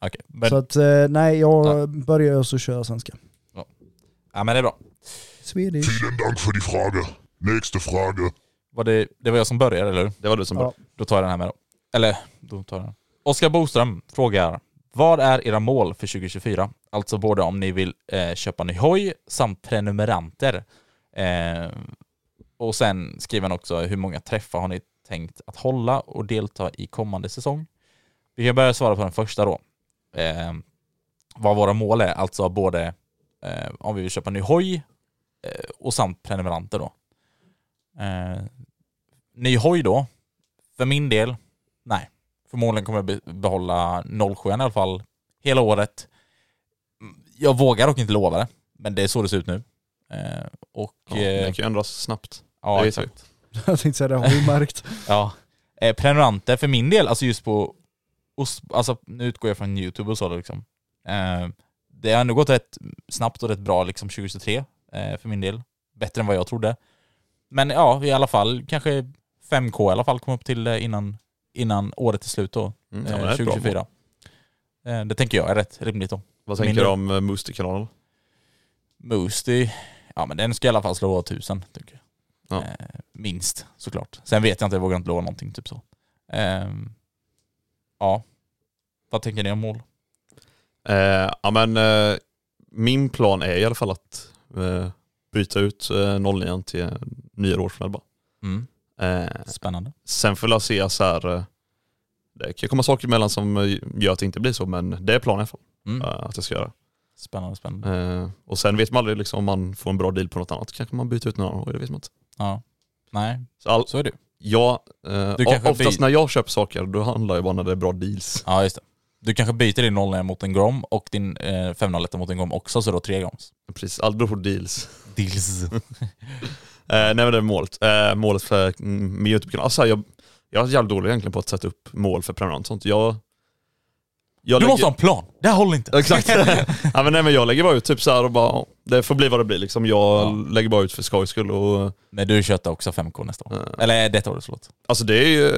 S1: Okej, men,
S2: Så att eh, nej, jag
S1: Nej.
S2: börjar också köra svenska.
S1: ja, men det är bra.
S2: Swedish.
S4: Vielen Dank för die Frage. Nächste Frage.
S1: Var det, det var jag som började, eller hur?
S3: Det var du som
S2: Ja.
S3: började.
S1: Då tar jag den här med då. Eller, då tar jag den. Oskar Boström frågar, vad är era mål för 2024? Alltså både om ni vill eh, köpa ny hoj samt prenumeranter. Eh, och sen skriver han också, hur många träffar har ni tänkt att hålla och delta i kommande säsong? Vi kan börja svara på den första då. Eh, vad våra mål är, alltså både eh, om vi vill köpa ny hoj eh, och samt prenumeranter då. Eh, ny hoj då, för min del, nej. Förmodligen kommer jag be- behålla 07 i alla fall hela året. Mm, Jag vågar dock inte lova det, men det är så det ser ut nu. Eh, och...
S3: Ja,
S1: eh,
S3: det kan ju ändras snabbt.
S1: ja,
S3: det vet
S1: exakt.
S2: <laughs> Jag tänkte säga det, har vi märkt.
S1: Ja. Eh, prenumeranter för min del, alltså just på ost, alltså nu utgår jag från YouTube och så då, liksom. Eh, det har ändå gått rätt snabbt och rätt bra liksom 2023 eh, för min del. Bättre än vad jag trodde. Men ja, i alla fall kanske 5K i alla fall kom upp till det innan, innan året är slut då.
S3: Mm, ja,
S1: Eh,
S3: men det är ett bra
S1: 2024. Eh, det tänker jag är rätt rimligt då.
S3: Vad
S1: Min
S3: tänker du
S1: del.
S3: om eh, Moostie-kanalen?
S1: Moosty, ja men den ska i alla fall slå 1000 tycker jag.
S3: Ja.
S1: Eh, minst såklart. Sen vet jag inte, jag vågar inte lova någonting typ så. Ehm, ja, vad tänker ni om mål?
S3: Eh, ja men eh, min plan är i alla fall att eh, byta ut eh, 09 till eh, nya årsmodell bara.
S1: Mm.
S3: Eh,
S1: Spännande.
S3: sen får jag se så här, eh, det kan komma saker emellan som eh, gör att det inte blir så men det är planen i alla fall
S1: Mm.
S3: eh, att jag ska göra.
S1: Spännande, spännande.
S3: Eh, och sen vet man aldrig liksom, om man får en bra deal på något annat kanske man byter ut någon annan och det vet man inte.
S1: Ja. Nej,
S3: Så all,
S1: så är det ju.
S3: jag, eh,
S1: Du kanske
S3: o- oftast
S1: by-
S3: när jag köper saker då handlar jag bara när det är bra deals.
S1: Ja, just det. Du kanske byter din 09 mot en Grom och din eh, 501 mot en Grom också, så då tre Groms.
S3: Precis, allt beror på deals.
S1: Dills.
S3: Eh, nej men det är målet. Eh, målet för mm, min Youtube-kanal. Alltså, jag, jag är jävligt dålig egentligen på att sätta upp mål för prenumerant och sånt. Jag, jag
S1: Du
S3: lägger-
S1: måste ha en plan! Det här håller inte.
S3: Exakt. ja, men, nej, men jag lägger bara ut typ så här och bara, ja, det får bli vad det blir liksom. Jag
S1: Ja.
S3: lägger bara ut för skojs skull och eh,
S1: <laughs> Men du köttar också 5K nästa år.
S3: Ja.
S1: Eller detta året, förlåt.
S3: alltså det är ju,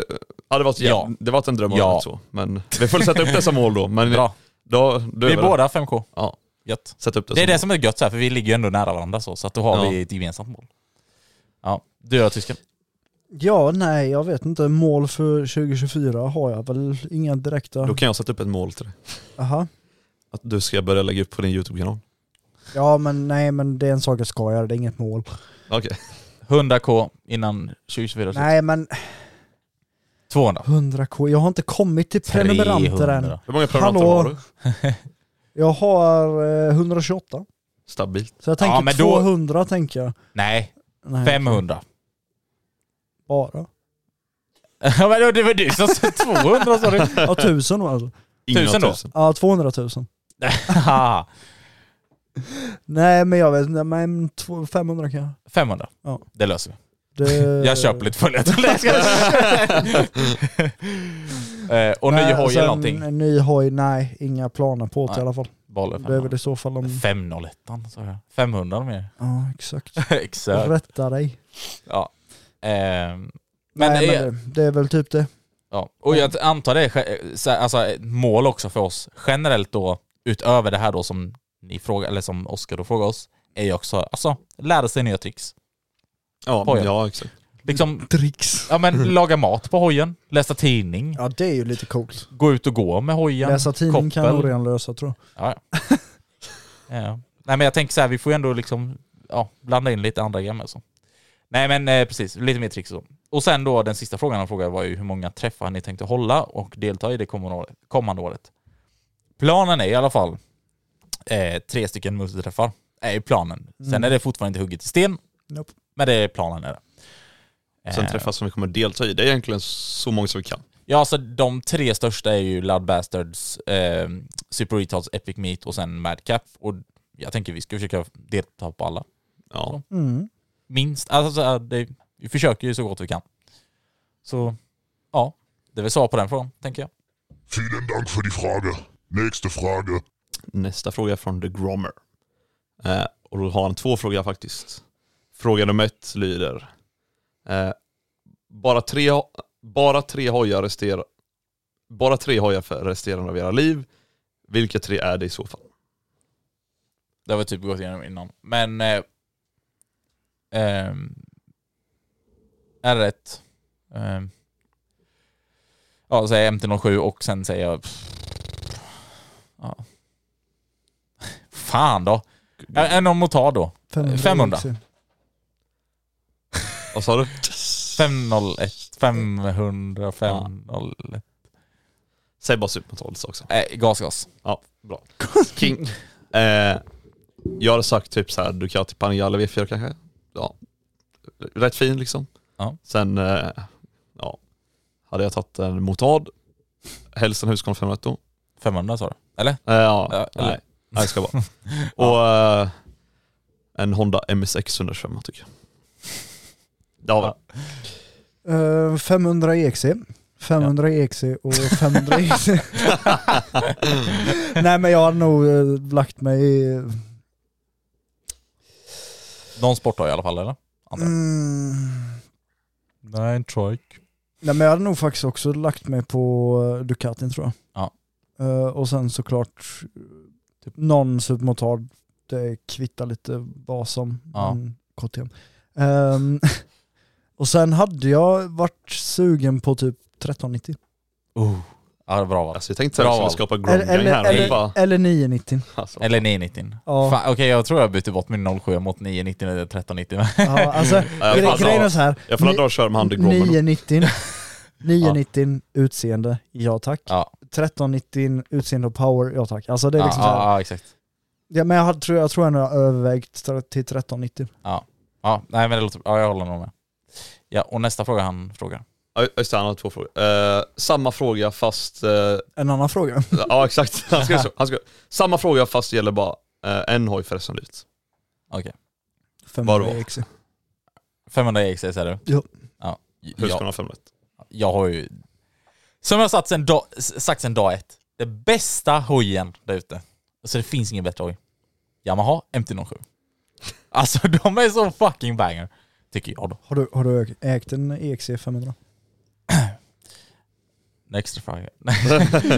S3: hade varit,
S1: Ja.
S3: ja. det varit en dröm om
S1: Ja.
S3: ja. så. Men vi får sätta upp dessa mål då. Men
S1: Bra.
S3: Då, du
S1: Vi
S3: är
S1: är
S3: väl-
S1: båda 5K.
S3: Ja,
S1: Gött.
S3: sätt upp det,
S1: Det är det som är gött så här, för vi ligger ju ändå nära varandra så, så att då har
S3: Ja.
S1: vi ett gemensamt mål. Ja, du då tysken?
S2: Ja, nej, jag vet inte. Mål för 2024 har jag väl inga direkta.
S3: Då kan jag sätta upp ett mål till dig.
S2: Aha.
S3: Att du ska börja lägga upp på din YouTube-kanal.
S2: Ja, men nej, men det är en sak jag ska göra. Det är inget mål.
S3: Okej.
S1: 100K innan 2024 slut.
S2: Nej, men
S1: 200.
S2: 100k. Jag har inte kommit till prenumeranter än.
S1: 300.
S3: Hur många prenumeranter
S2: Hallå.
S3: har du?
S2: Jag har eh, 128.
S3: Stabilt.
S2: Så jag
S1: Ja,
S2: tänker
S1: men då-
S2: 200 tänker jag.
S1: Nej,
S2: Nej,
S1: 500.
S2: Bara.
S1: <laughs> Ja men det var du som sa 200 sa du.
S2: Ja, 1000 då alltså.
S3: Ingen
S1: Tusen då?
S3: av tusen.
S2: Ja, 200 000.
S1: <laughs> Haha.
S2: Nej, men jag vet inte. Men två- 500 kan jag.
S1: 500.
S2: Ja. Eh.
S1: Det löser vi.
S2: Det...
S1: <laughs> Jag köper lite
S2: <laughs>
S1: följetong. Eh, Och ny
S2: Nej,
S1: hoj
S2: alltså,
S1: eller någonting.
S2: En ny hoj, nej. Inga planer på det
S1: Nej.
S2: i alla fall.
S1: Baller
S2: Det är väl i så fall om...
S1: 501 sa jag. 500 mer. <laughs>
S2: Ja, exakt.
S1: Exakt.
S2: Rätta dig.
S1: Ja. Ehm,
S2: Men,
S1: Men
S2: nej,
S1: det är-
S2: men det, det är väl typ det.
S1: ja. Och jag antar det är ge- så här, alltså, ett mål också för oss generellt då, utöver det här då som ni frågar, eller som Oskar då frågar oss, är ju också, alltså, lära sig nya tricks.
S3: Ja,
S1: Poja.
S3: ja, exakt.
S1: Liksom,
S2: Tricks.
S1: ja
S2: <laughs>
S1: men laga mat på hojen, läsa tidning,
S2: Ja, det är ju lite coolt.
S1: gå ut och gå med hojen,
S2: Läsa tidning kan
S1: koppel.
S2: nog redan lösa tror jag.
S1: Ja, ja. <laughs> ja. Nej men jag tänker så här, vi får ju ändå liksom ja, blanda in lite andra grejer med så. Nej men eh, precis, lite mer tricks och så. Och sen då den sista frågan han frågade var ju hur många träffar ni tänkte hålla och delta i det kommande året. Kommande året. Planen är i alla fall eh, tre stycken multiträffar. Är ju planen. Sen
S2: Mm.
S1: är det fortfarande inte hugget i sten,
S2: Nope.
S1: men det är planen. Är det.
S3: Sen
S1: Eh,
S3: träffas som vi kommer delta i. Det är egentligen så många som vi kan.
S1: Ja, alltså de tre största är ju Loud Bastards, eh, Super Retards, Epic Meat och sen Madcap. Och jag tänker vi ska försöka delta på alla.
S3: Ja.
S2: Mm.
S1: Minst. Alltså, så här, det, vi försöker ju så gott vi kan. Så, ja. Det är väl svar på den frågan, tänker jag.
S4: Vielen Dank für die Frage. Nächste Frage.
S3: Nästa fråga är från The Grommer. Eh, och då har han två frågor faktiskt. Fråga nummer ett lyder. Eh, bara, tre, ho- bara tre hojar resterar. Bara tre hojar för resterande av era liv. Vilka tre är det i så fall?
S1: Det har vi typ gått igenom innan. Men... Eh, ehm, är rätt. Ehm, ja, säger MT-07 och sen säger jag... Ja. <laughs> Fan då. Ä- En om motard då. 500.
S2: Elixir.
S3: Vad sa du?
S1: 501, 500, 501.
S3: Säg bara supermetalet också.
S1: Eh, gas, gas.
S3: Ja, bra. King. Eh, jag hade sagt typ så här, Ducati Panigale V4 kanske. Ja. Rätt fin liksom.
S1: Ja.
S3: Sen, eh, ja. Hade jag tagit en Motard, helst en Husqvarna 501 eh,
S1: 500 sa du?
S2: <laughs>
S1: Eller?
S3: Ja,
S1: Ja,
S3: nej.
S1: eller-
S3: nej. det
S1: <laughs>
S3: ska vara. Och eh, en Honda MSX 125 tycker jag. Det har vi.
S2: Eh, 500 EXE. 500 EXE och 500
S1: <laughs>
S2: EXE. Nej men jag har nog eh, lagt mig i...
S1: Någon sport då i alla fall eller? Andra.
S2: Mm.
S1: Nej, en trike.
S2: Nej men jag hade nog faktiskt också lagt mig på eh, Ducatin tror jag.
S1: Ja.
S2: Eh, och sen såklart typ. någon supermotard. Det kvittar lite vad som.
S1: Ja.
S2: men KTM. Ehm, <laughs> och sen hade jag varit sugen på typ 1390.
S1: Oh. Ja, det är bra val.
S3: Alltså jag tänkte att
S1: Bra
S3: jag skulle
S1: val.
S3: skapa
S2: Eller,
S3: Gromgang
S2: eller,
S3: här. men
S2: eller,
S3: bara,
S2: eller 990.
S3: alltså.
S1: Eller 990.
S2: Ja.
S1: Fan, Okej, jag tror jag bytte bort min 07 mot 990 eller 1390. <laughs>
S2: Ja, alltså,
S3: jag
S2: gre-
S3: får
S2: grejen är
S3: dra-
S2: så här.
S3: jag får dra och köra med han The Grommer.
S1: <laughs>
S3: då.
S2: 990. 990 utseende, ja tack.
S1: ja.
S2: 1390 utseende och power, ja tack. Alltså det
S1: <laughs>
S2: är
S1: ja,
S2: liksom så
S1: ja,
S2: här.
S1: ja, exakt.
S2: Ja, men jag, hade, tror, jag tror jag nog har övervägt till 1390.
S1: Ja, nej men det låter Ja, jag håller nog med. Ja, och nästa fråga han frågar.
S3: Ja, just det, han har två frågor. Eh, samma fråga fast eh, <laughs>
S2: En annan fråga. <laughs>
S3: Ja exakt, han ska, han ska, samma fråga fast det gäller bara eh, en hoj för resten av livet.
S1: Okej.
S2: 500
S3: Vadå?
S2: EX.
S1: 500 EX säger du?
S2: Ja.
S1: ja. Jag,
S3: Husqvarna 501.
S1: jag har ju... Som jag sagt sen dag, s- sagt sen dag ett. Det bästa hojen där ute. Alltså det finns ingen bättre hoj. Yamaha MT-07. Alltså <laughs> de är så fucking banger. Tycker jag då.
S2: E Har du, har du ägt en EX 500?
S1: En extra fråga. <laughs>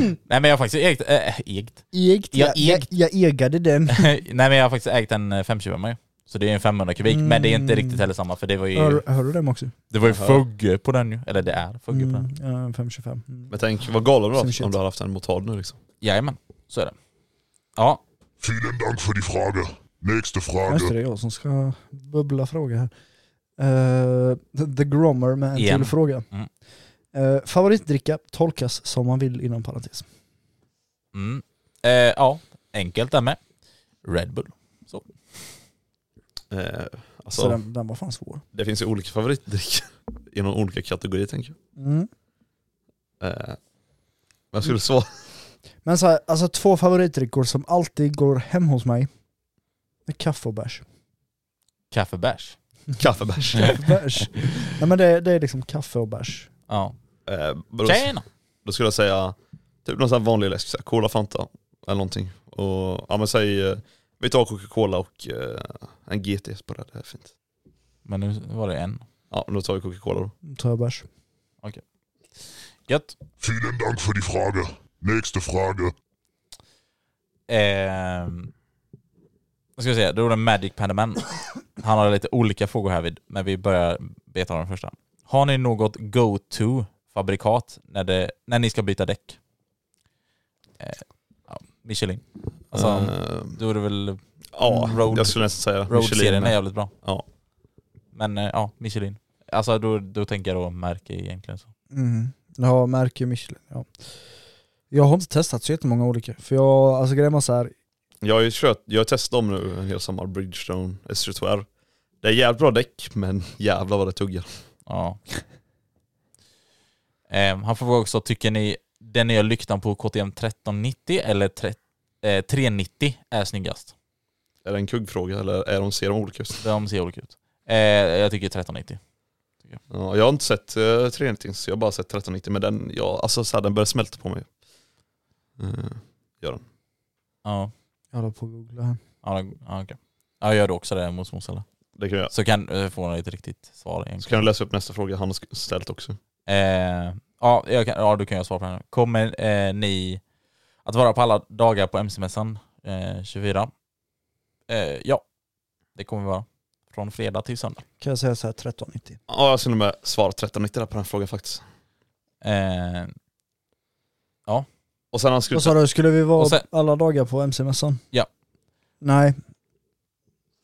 S1: Nej men jag har faktiskt ägt, äh, ägt. <laughs>
S2: Egt,
S1: Jag
S2: jag, jag,
S1: egt.
S2: jag egade den.
S1: Nej men jag har faktiskt ägt en eh, 520 med. Så det är en 500 kubik, men det är inte riktigt heller samma för det var ju,
S2: Hör, hör du dem också?
S1: det var ju fugge på den ju. Eller det är fugge på
S2: Mm,
S1: den.
S2: ja, en 525. Mm.
S3: Men tänk vad galen du hade
S2: Som
S3: varit
S2: shit.
S3: om du hade haft en motard nu liksom.
S1: Jajamän, så är det. Ja,
S4: Vielen Dank für die Frage. Nächste
S2: Ja,
S4: Frage.
S2: Just det, det är jag som ska bubbla fråga här. Eh, the, the Grommer med en
S1: Igen.
S2: till fråga.
S1: Mm.
S2: Eh, favoritdricka tolkas som man vill inom parentes.
S1: mm. eh, ja enkelt där med. Red Bull.
S3: Eh,
S2: Så,
S3: alltså,
S2: den, den var fan svår.
S3: det finns ju olika <laughs> favoritdrycker inom olika kategorier tänker
S2: Mm.
S3: jag. Eh, men jag skulle svara...
S2: Men så här, alltså två favoritdrickor som alltid går hem hos mig. Det är kaffe och bärs.
S1: Kaffebärs. Mm.
S3: Kaffebärs.
S2: bärs. Nej men det, det är liksom kaffe och bärs.
S1: Ja.
S3: Eh, men då,
S1: Tjena!
S3: då skulle jag säga typ någon sån här vanlig läsk, så här Cola, Fanta eller någonting. Och, ja men säg, eh, vi tar Coca-Cola och eh, en GT på det, här, det är fint.
S1: Men nu var det en.
S3: Ja, men då tar vi Coca-Cola då.
S2: Då tar jag bärs.
S1: Gött.
S4: Vielen Dank für die Frage. Nächste Frage.
S1: Ehm, vad ska vi säga, då är det Magic Pandaman. Han har lite olika frågor här vid, men vi börjar beta av den första. Har ni något go-to-fabrikat när, det, när ni ska byta däck? Eh, ja, Michelin. Alltså,
S3: Eh,
S1: då är det väl...
S3: ja,
S1: Road-
S3: jag skulle nästan säga
S1: Road-serien är
S3: med.
S1: jävligt bra.
S3: Ja.
S1: Men eh, ja, Michelin. Alltså då, då tänker jag då märke egentligen. Så.
S2: Mm. Ja, märke Michelin. Ja. Jag har inte testat så jättemånga olika. För jag, alltså grejen var så här,
S3: Jag har ju kört, jag har testat dem nu en hel sommar, Bridgestone S22R. Det är jävligt bra däck men jävlar vad det tuggar.
S1: Ja. Ehm, han frågar också, tycker ni den nya lyktan på KTM 1390 eller tre, eh, 390 är snyggast?
S3: Är det en kuggfråga eller är de, ser de olika ut?
S1: De ser olika ut. Eh, jag tycker 1390.
S3: Ja, jag har inte sett eh, 390 så jag har bara sett 1390 men den, ja, alltså så här, den börjar smälta på mig. Eh, gör den.
S1: Ja,
S2: jag håller på att googla här.
S1: ja, då- ja okej. Ja, jag gör det också det mot småsällan.
S3: Det kan jag göra.
S1: Så kan eh, få ett riktigt svar egentligen.
S3: Så kan jag läsa upp nästa fråga han har sk- ställt också.
S1: Eh, ja, jag kan, ja, du kan jag svara på den. här. Kommer eh, ni att vara på alla dagar på MC-mässan eh, 24? Eh, ja, det kommer vi vara. Från fredag till söndag.
S2: Kan jag säga så här 1390.
S3: Ja, jag skulle med svara 1390 där på den här frågan faktiskt.
S1: Eh, <laughs>
S3: Och sen har han
S2: Vad
S3: skrivit...
S2: sa du, skulle vi vara
S1: Och sen-
S2: alla dagar på MC-mässan?
S1: Ja.
S2: Nej.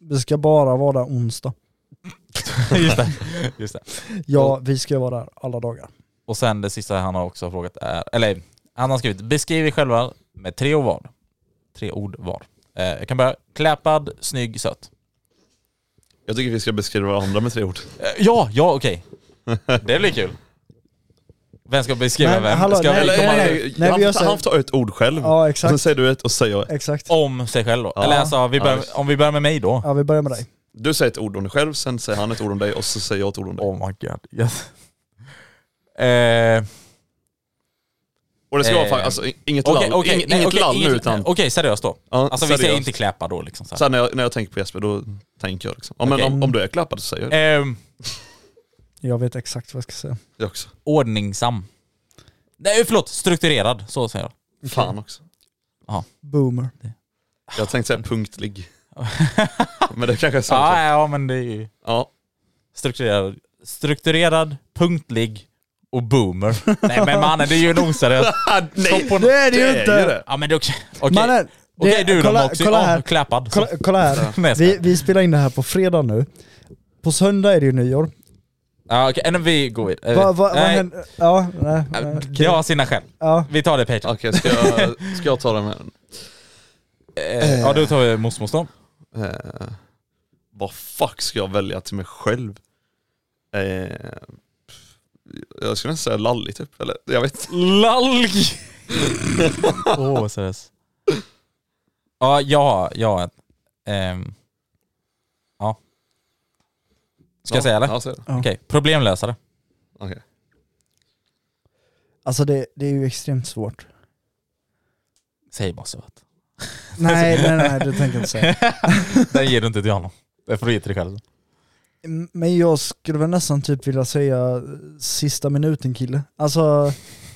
S2: Vi ska bara vara där onsdag.
S1: just, det, just det.
S2: Ja, vi ska vara där alla dagar.
S1: Och sen det sista han har också frågat är, eller han har skrivit beskriv er själva med tre ord var. Tre ord var. Eh, jag kan börja. Kläpad, snygg, söt.
S3: Jag tycker vi ska beskriva varandra med tre ord.
S1: Eh, ja, ja okej. Det blir kul. Vem ska beskriva
S2: Men,
S1: vem?
S2: hallå,
S1: ska
S2: nej,
S1: vi
S2: nej,
S1: komma
S2: nej, nej. vi
S3: han,
S2: har
S3: får ta-
S2: sett-
S3: han får ta ett ord själv.
S2: Ja,
S3: och sen
S2: exakt.
S3: säger du ett och så säger jag ett.
S2: Exakt.
S1: om sig själv då?
S3: Ja.
S1: Eller alltså, vi
S3: Ja,
S1: börjar,
S3: visst.
S1: om vi börjar med mig då?
S2: Ja, vi börjar med dig.
S3: Du säger ett ord om dig själv, sen säger han ett ord om dig och så säger jag ett ord om dig.
S1: Oh my god, yes. Eh,
S3: Och det ska vara
S1: Eh,
S3: faktiskt, alltså, i- inget
S1: Okej,
S3: lall,
S1: okej,
S3: ing-
S1: nej,
S3: inget
S1: okej,
S3: lall nu
S1: inget-
S3: utan...
S1: Okej, seriöst då.
S3: Ja,
S1: Alltså vi säger
S3: seriöst.
S1: inte kläpa då liksom. Så här.
S3: Sen när jag, när jag tänker på Jesper, då tänker jag liksom. Ja, men
S1: Okej.
S3: om, om du är klappad så säger jag det
S1: Ehm,
S2: Jag vet exakt vad jag ska säga.
S3: Jag också.
S1: ordningsam. Nej förlåt, strukturerad. Så säger jag.
S3: Fan också.
S2: Boomer.
S3: Jag tänkte säga
S1: <laughs>
S3: punktlig. men det kanske är sant.
S1: Ja, ja men det är ju
S3: Ja.
S1: strukturerad, strukturerad punktlig och
S3: <laughs>
S1: boomer. Nej men mannen det är ju en oseriös. <laughs>
S3: Nej,
S1: på-
S2: Det är det ju
S3: det är ju
S2: inte!
S3: det.
S1: Ja men det är okej. Okej
S2: Mannen,
S1: Okej,
S2: det-
S1: du
S2: kolla-
S1: då Moxie.
S2: kolla
S1: Ja,
S2: här.
S1: Kläpad.
S2: Kolla, kolla
S1: <laughs> Nej,
S2: här.
S1: jag skojar.
S2: Vi, vi spelar in det här på fredag nu. På söndag är det ju nyår.
S1: Ja, okej, nej, vi går vidare.
S2: Va, va, vad
S1: Eh, Nej,
S2: händer? Ja, nej. nej,
S1: Det
S2: okej.
S1: har sina skäl.
S2: Ja.
S1: Vi tar det Patreon.
S3: Okej, ska, jag, ska jag ta den här?
S1: Eh, Ja, då tar vi mosmos då.
S3: Eh, vad fuck ska jag välja till mig själv? Eh, pff, jag skulle nästan säga lallig typ, eller jag vet inte.
S1: Lalg! <laughs> Åh, oh, seriös. Ja, ja, ja. Ehm, ja. Ska
S3: ja,
S1: jag säga eller?
S3: Ja, säg det.
S2: Ja.
S1: Okej, problemlösare.
S3: Okej.
S2: Alltså det, det är ju extremt svårt.
S1: Säg bara söt.
S2: Nej, nej, nej, det tänker jag inte säga.
S1: Den ger du inte till honom. Det får du ge till dig själv.
S2: Mm, Men jag skulle väl nästan typ vilja säga eh, sista minuten kille. Alltså,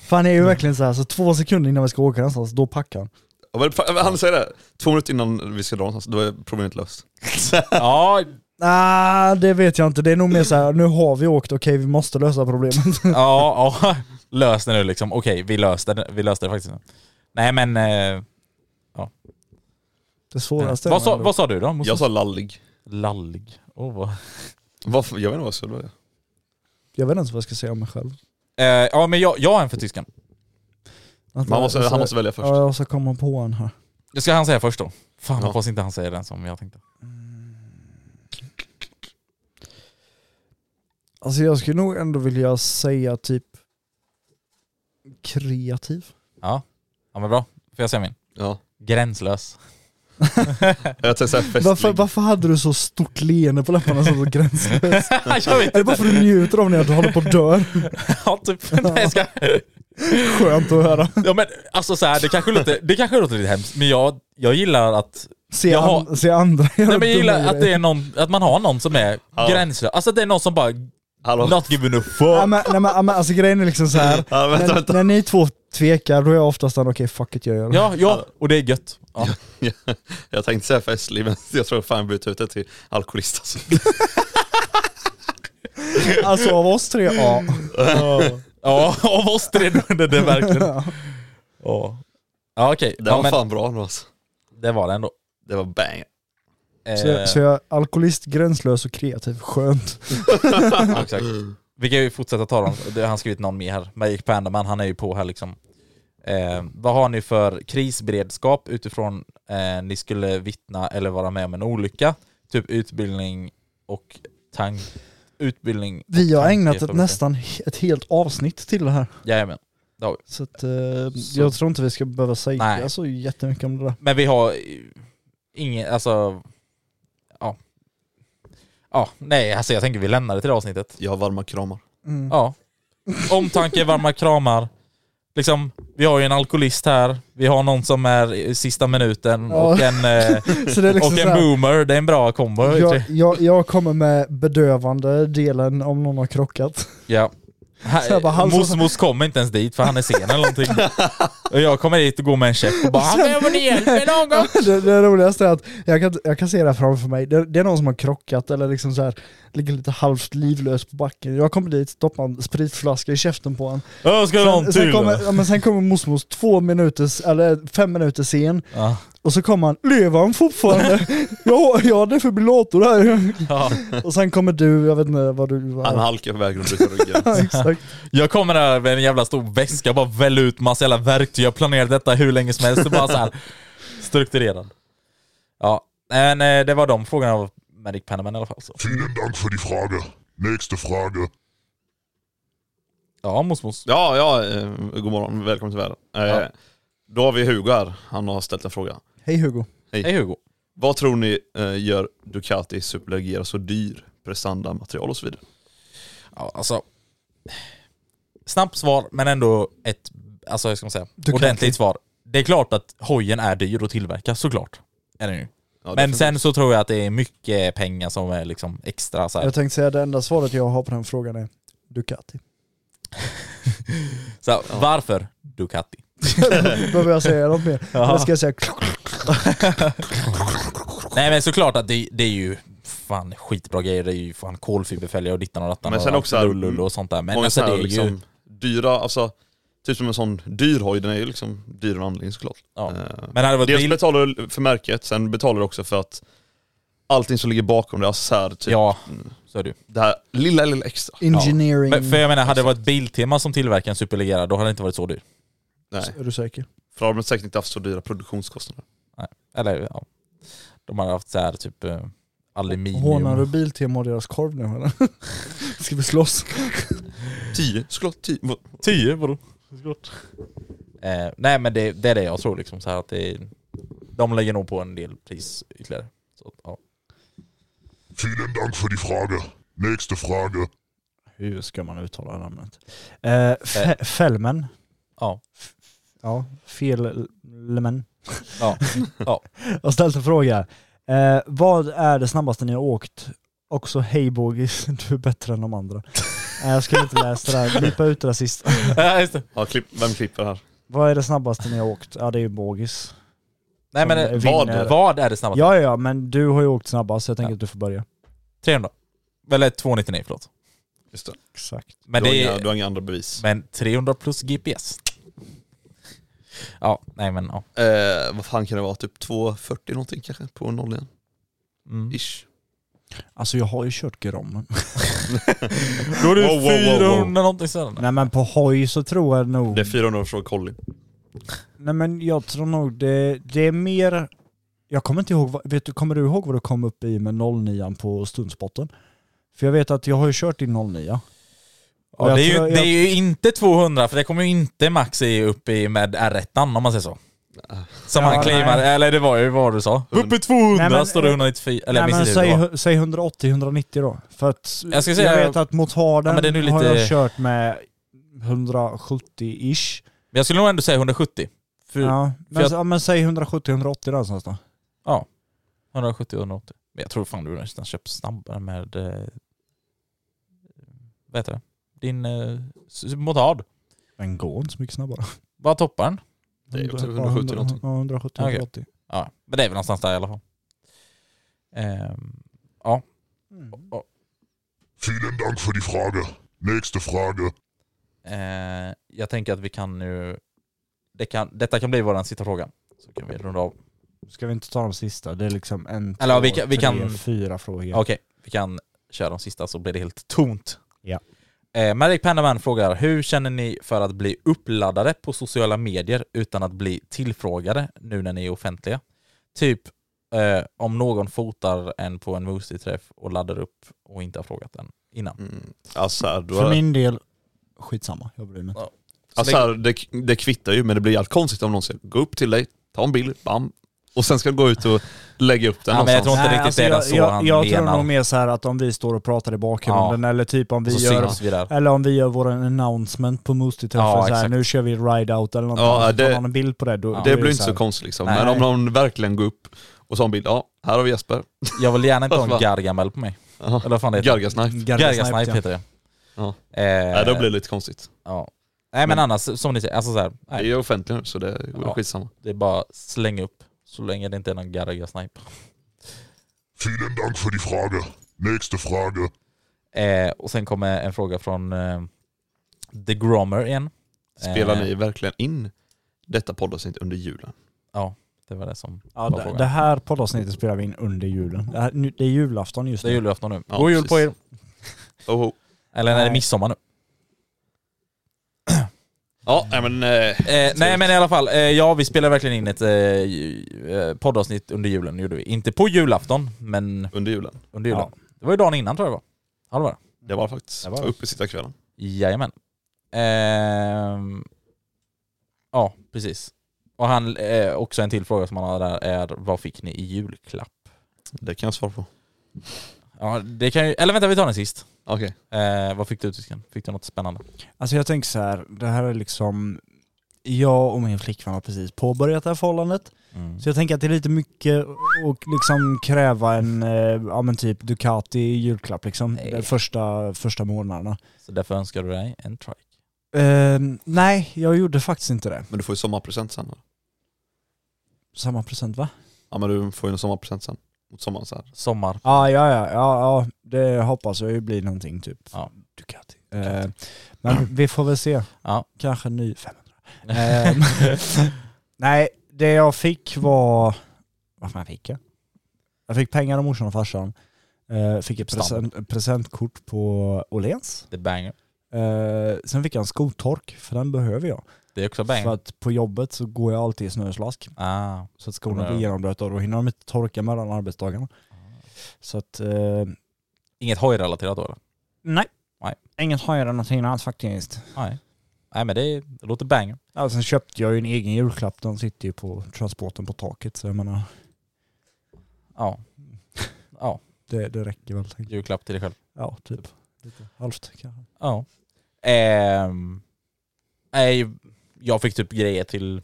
S2: För han är ju verkligen så här, så två sekunder innan vi ska åka någonstans, då packar han.
S3: Ja, men fa- Han säger det, två minuter innan vi ska dra någonstans, då är problemet löst.
S1: <laughs> Ja,
S2: Nej, det vet jag inte. Det är nog mer så här, nu har vi åkt, okej vi måste lösa problemet. <laughs>
S1: ja, ja. Lös det nu liksom. Okej, vi löste det, vi löste det faktiskt. Nej men... Eh,
S2: Det svåraste.
S1: vad, sa,
S2: men-
S1: vad sa du då? Moses?
S3: Jag sa lallig.
S1: Lallig. Oh, vad.
S3: Varför? Jag vet inte vad jag skulle välja.
S2: Jag vet inte vad jag ska säga om mig själv.
S1: Eh, ja men jag, jag är en för tyskan.
S2: Att
S3: Man måste,
S2: jag-
S3: han måste välja först.
S2: Ja, jag måste komma på en här.
S1: Jag ska han säga först då? Fan
S3: Ja.
S1: hoppas inte han säger den som jag tänkte.
S2: Alltså jag skulle nog ändå vilja säga typ kreativ.
S1: Ja, ja men bra. Får jag säga min?
S3: Ja.
S1: Gränslös.
S3: Jag tänkte såhär festlig.
S2: Varför, varför hade du så stort leende på läpparna som var
S1: <laughs>
S2: så
S1: <laughs>
S2: gränslöst?
S1: jag vet
S2: <laughs> Är det bara för att du njuter av när du håller på att dö?
S1: Ja, typ. <laughs> Nej, jag ska...
S2: Skönt att höra.
S1: ja, men, alltså, så här, det, kanske låter, det kanske låter lite hemskt, men jag, jag gillar att
S2: Se,
S1: Jag har-
S2: an, se andra göra
S1: Nej, men jag gillar
S2: dumma
S1: att, det
S2: grejer.
S1: är någon, att man har någon som är
S3: Ja.
S1: gränslös. Alltså att det är någon som bara
S3: Hallå?
S1: not giving a fuck.
S2: Nej men, nej, men, nej, men alltså grejen är liksom så här.
S3: Ja, vänta,
S2: när,
S3: vänta.
S2: när ni två tvekar då är jag oftast den okej fuck it jag gör det.
S1: Ja, ja, och det är gött. Ja.
S3: Jag tänkte säga festlig men jag tror fan jag bytte ut det till alkoholist alltså.
S2: Alltså av oss tre, ja.
S1: <laughs> Ja, av oss tre, det, det är verkligen.
S2: <laughs>
S1: Ja, ja okej.
S3: Det
S1: Ja,
S3: var
S1: men
S3: fan bra nu alltså.
S1: det var det ändå.
S3: Det var bang.
S2: Så, jag- så jag är alkoholist, gränslös och kreativ. Skönt.
S1: Ja, exakt. Vi kan ju fortsätta ta dem. Det- Han har skrivit någon mer här. Magic Panda, men han är ju på här liksom. Eh, vad har ni för krisberedskap utifrån eh, ni skulle vittna eller vara med om en olycka? Typ utbildning och tank... Utbildning...
S2: Vi har
S1: Tack,
S2: ägnat ett,
S1: Jesper.
S2: nästan ett helt avsnitt till det här.
S1: Jajamän. Det har vi.
S2: Så, att, eh, jag tror inte vi ska behöva säga
S1: Nej.
S2: så jättemycket om det där.
S1: Men vi har eh, ingen, alltså... Ja. Ja, nej alltså jag tänker vi lämnar det till det avsnittet.
S3: Jag har varma kramar.
S2: <laughs>
S1: Ja. Omtanke, varma kramar. Liksom, vi har ju en alkoholist här, vi har någon som är i sista minuten
S2: Ja.
S1: och en,
S2: <laughs>
S1: eh,
S2: Så det är liksom
S1: och en
S2: så här,
S1: boomer. Det är en bra kombo.
S2: jag, jag, jag kommer med bedövande delen om någon har krockat. <laughs>
S1: Ja.
S2: Så jag bara, han-
S1: Mosmos kommer inte ens dit för han är sen eller
S2: <laughs>
S1: någonting. Och jag kommer dit och går med en käpp och bara "Han behöver ni hjälp med
S2: <laughs>
S1: någon?”
S2: Det, det roligaste är att jag kan, jag kan se det här framför mig. Det, det är någon som har krockat eller liksom så här, ligger lite halvt livlös på backen. Jag kommer dit, stoppar en spritflaska i käften på honom.
S1: Jag ska ha någon
S2: Sen, sen
S1: till.
S2: kommer, ja, men sen kommer mosmos två minuter, eller fem minuter sen.
S1: Ja.
S2: Och så kommer han, lever han fortfarande? <laughs> ja, ja, det är fibrillator här.
S1: Ja.
S2: Och sen kommer du, jag vet inte vad du var.
S3: Han halkar iväg runt ryggen.
S2: <laughs> Ja, exakt.
S1: Jag kommer där med en jävla stor väska och bara väller ut massa jävla verktyg. Jag planerade detta hur länge som helst. Det är bara så
S2: <laughs>
S1: här strukturerad. Ja, men eh, det var de frågorna av Medic Panaman i alla fall. Så.
S4: Vielen Dank für die Frage. Nächste Frage.
S1: Ja, mosmos.
S3: Ja, ja, eh, god morgon. Välkommen till världen. Eh,
S1: Ja.
S3: Då har vi Hugo här. Han har ställt en fråga.
S2: Hej Hugo.
S1: Hej Hugo.
S3: Vad tror ni eh, gör Ducati Superleggera så dyr? Prestanda, material och så vidare.
S1: Ja, alltså. Snabbt svar, men ändå ett, alltså hur ska man säga,
S2: Du kan
S1: ordentligt svar. Det är klart att hojen är dyr att tillverka, såklart. Är det ju.
S3: Ja,
S1: men
S3: definitivt.
S1: sen så tror jag att det är mycket pengar som är liksom extra så här.
S2: Jag tänkte säga det enda svaret jag har på den frågan är Ducati.
S1: Så, Varför Ducati?
S2: Behöver jag säga något mer? Eller ska jag säga
S1: Nej men såklart att det, det är ju fan skitbra grejer, det är ju fan kolfiberfälgar och dittan och dattan
S3: Men sen
S1: och
S3: också-
S1: allt lullull och sånt där. Men
S3: Många
S1: alltså det
S3: sådana
S1: är
S3: här liksom
S1: ju...
S3: dyra, alltså typ som en sån dyr hoj, den är ju liksom dyr av anledning såklart.
S1: Ja.
S3: Eh,
S1: Men alltså, hade det varit
S3: Dels
S1: bil...
S3: betalar du för märket, sen betalar du också för att allting som ligger bakom det, alltså så här, typ
S1: Ja, så är det ju.
S3: det här lilla, lilla extra.
S2: engineering?
S1: Men- För jag menar, hade det varit Biltema som tillverkar en superlegera, då hade det inte varit så dyr.
S3: Nej,
S2: Är du säker?
S3: för då har de säkert inte haft så dyra produktionskostnader.
S1: Eller ja. De hade haft så här typ eh,
S2: Hånar du
S1: aluminium.
S2: Biltema och deras korv nu eller? <laughs> Ska vi slåss?
S3: Tio, såklart tio. Vad-
S1: 10 vadå? Eh, nej men det, det är det jag tror liksom så här att det, De lägger nog på en del pris ytterligare. Så, ja.
S4: Vielen Dank für die Frage. Nächste Frage.
S2: Hur ska man uttala namnet? Eh, fe- Fällmen.
S1: Ja.
S2: Ja, Fällmen. <laughs>
S1: Ja. <laughs> Ja.
S2: Jag har ställt en fråga. Eh, <laughs> vad är det snabbaste ni har åkt? Också hej bogis, du är bättre än de andra. Nej jag skulle inte läsa det här. Klippa ut det där sista.
S1: Ja, just det.
S3: Ja, klipp, vem klipper här?
S2: Vad är det snabbaste ni har åkt? Ja det är ju bågis.
S1: Nej men
S2: Som
S1: eh,
S2: vinner.
S1: vad, vad är det snabbaste?
S2: Ja ja ja, men du har ju åkt snabbast så jag tänker att du får börja.
S1: 300. Eller 299 förlåt.
S3: Just det.
S2: Exakt.
S1: Men,
S3: du, har
S1: det
S3: inga,
S1: är,
S3: du har inga andra bevis.
S1: men 300 plus GPS. Ja, nej men ja.
S3: Eh, vad fan kan det vara? Typ 2.40 någonting kanske på noll igen?
S1: Mm.
S3: Ish.
S2: Alltså jag har ju kört grommen.
S1: Då är det
S3: Wow, wow, wow, wow.
S1: 400 någonting sådant.
S2: Nej men på hoj så tror jag nog...
S3: Det är 400 från Colin.
S2: Nej men jag tror nog det, det är mer... Jag kommer inte ihåg, vad- vet du, kommer du ihåg vad du kom upp i med 09 på stundspotten? För jag vet att jag har ju kört din 09.
S1: Ja,
S2: Och jag
S1: det, är ju,
S2: tror- jag-
S1: det är ju inte 200 för det kommer ju inte Max i- upp i med R1 om man säger så. Som
S2: Ah. Ja,
S1: han claimar,
S2: nej.
S1: eller det var ju vad du sa. Upp i 200
S2: Nej, men-
S1: står det 194, eller
S2: Nej,
S1: jag
S2: men
S1: minns inte
S2: säg,
S1: hur det var.
S2: hu- säg 180-190 då. För att
S1: Jag ska säga-
S2: vet att mot Harden
S1: Ja, men det är nu
S2: har
S1: lite-
S2: jag kört med 170-ish.
S1: Men jag skulle nog ändå säga 170. För, ja.
S2: Ja, men,
S1: jag-
S2: ja, men säg 170-180 där någonstans då.
S1: 170, 180. Men jag tror fan du nästan köpt snabbare med... Eh, vad heter det? Din eh, s- motard.
S2: Den går inte så mycket snabbare.
S1: Bara toppar den.
S3: Det
S1: typ
S3: är också
S2: Hundra-
S3: 170 någonting.
S2: Ja, 170
S1: Okej.
S2: 180.
S1: Ja, men det är väl någonstans där i alla fall. Ehm, ja.
S2: Mm.
S1: Och-
S4: Vielen Dank für die Frage. Nächste Frage.
S1: Eh, jag tänker att vi kan nu... Det kan, detta kan bli vår sista fråga. Så kan vi runda av.
S2: Ska vi inte ta de sista? Det är liksom en,
S1: Eller,
S2: två,
S1: vi kan- vi
S2: tre,
S1: kan-
S2: fyra frågor.
S1: Okej, vi kan köra de sista så blir det helt tomt.
S2: Ja.
S1: Eh, Marek Pennerman frågar, hur känner ni för att bli uppladdade på sociala medier utan att bli tillfrågade nu när ni är offentliga? Typ eh, om någon fotar en på en Moosey-träff och laddar upp och inte har frågat den innan.
S3: Mm. Alltså, här, du
S2: För
S3: har,
S2: min del, skitsamma. Jag bryr mig inte.
S3: alltså här, det, det kvittar ju men det blir jävligt konstigt om någon ska gå upp till dig, ta en bild, bam. Och sen ska gå ut och lägga upp den
S1: Ja, men jag
S3: någonstans.
S1: tror inte riktigt det är så
S2: alltså jag, jag,
S1: han
S2: jag tror
S1: menar.
S2: nog mer så här att om vi står och pratar i bakgrunden eller typ om vi
S1: så
S2: gör...
S1: syns vi där.
S2: Eller om vi gör vår announcement på Moostie-träffen
S1: Ja,
S2: så här,
S1: exakt.
S2: nu kör vi ride-out eller något
S3: Ja,
S2: annat, så
S3: det-
S2: tar man en bild på det då. då är
S3: Det blir inte
S2: här-
S3: så konstigt liksom.
S1: Nej.
S3: Men om någon verkligen går upp och tar en bild, ja, här har vi Jesper.
S1: Jag vill
S3: <laughs>
S1: gärna inte ha en
S3: Fast
S1: Gargamel på mig.
S3: Jaha.
S1: Eller vad fan det heter.
S3: Gargasnipe.
S1: Gargasnipe
S2: Gargasnipe,
S1: heter det.
S3: Ja.
S1: Eh,
S3: Nej, det blir lite konstigt.
S1: ja. Nej men annars, som ni säger, alltså så här, nej,
S3: Det är offentligt nu så det är
S1: Ja.
S3: skitsamma.
S1: det är bara släng upp. Så länge det inte är någon Gargasnipe.
S4: Vielen Dank für die Frage. Nächste Frage.
S1: Eh, och sen kommer en fråga från eh, The Grommer igen.
S3: Spelar
S1: Eh,
S3: ni verkligen in detta poddavsnitt under julen?
S1: Ja, det var det som
S2: Ja,
S1: var
S2: det,
S1: frågan.
S2: det här poddavsnittet spelar vi in under julen. Det, här, nu, det är julafton just
S1: det är
S2: nu.
S1: julafton nu.
S3: Ja,
S1: God jul
S3: precis.
S1: på er!
S3: Oh, oh.
S1: Eller nej, det är
S2: Nej.
S1: midsommar nu.
S3: Ja, nej, men... Eh,
S1: Eh, nej
S3: trevligt.
S1: men i alla fall, eh, ja vi spelar verkligen in ett eh, ju- eh, poddavsnitt under julen, gjorde vi. Inte på julafton, men
S3: Under julen.
S1: under julen. Det var ju dagen innan tror jag det var. Ja det var det.
S3: Det var faktiskt
S1: Det var det.
S3: uppe sitta kvällen.
S1: Jajamän. Ehm, ja, precis. Och han, eh, också en till fråga som han har där är vad fick ni i julklapp?
S3: Det kan jag svara på.
S1: Ja, det kan ju, eller vänta vi tar den sist.
S3: Okej.
S1: Eh, vad fick du Tyskan? Fick du något spännande?
S2: Alltså jag tänker så här, det här är liksom... Jag och min flickvän har precis påbörjat det här förhållandet. Så jag tänker att det är lite mycket att liksom kräva en, eh, ja men typ Ducati i julklapp liksom,
S1: Nej.
S2: de första, första månaderna.
S1: Så därför önskar du dig en trike.
S2: Eh, nej, jag gjorde faktiskt inte det.
S3: Men du får ju sommarpresent sen. eller?
S2: Samma procent va?
S3: Ja men du får ju en sommarpresent sen. Mot sommaren så här.
S1: Sommar.
S2: Ja, ja, ja, ja, ja det hoppas jag ju blir någonting typ.
S1: Ja.
S2: Ducati. Eh, men vi får väl se.
S1: Ja.
S2: Kanske en ny 500.
S1: Eh,
S2: Ehm, nej, det jag fick var... Vad fan fick jag? Jag fick pengar av morsan och farsan. Eh, fick ett
S1: Standard.
S2: present, presentkort på Åhléns.
S1: Det är banger.
S2: Eh, sen fick jag en skotork, för den behöver jag.
S1: Det är också banger.
S2: För att på jobbet så går jag alltid i snöslask.
S1: ah.
S2: Så att skorna
S1: Ja.
S2: blir genomblöta och då hinner de inte torka mellan arbetsdagarna. Så att... Eh,
S1: Inget hojrelaterat då eller?
S2: nej.
S1: Nej.
S2: Inget har jag någonting annat faktiskt.
S1: Nej. Nej men det, det låter banger.
S2: Ja, sen köpte jag ju en egen julklapp, den sitter ju på transporten på taket så jag menar,
S1: Ja. Ja,
S2: det, det räcker väl. tänker jag.
S1: julklapp till dig själv.
S2: Ja, typ. Lite halvt kanske.
S1: Ja. Ehm, nej, jag fick typ grejer till,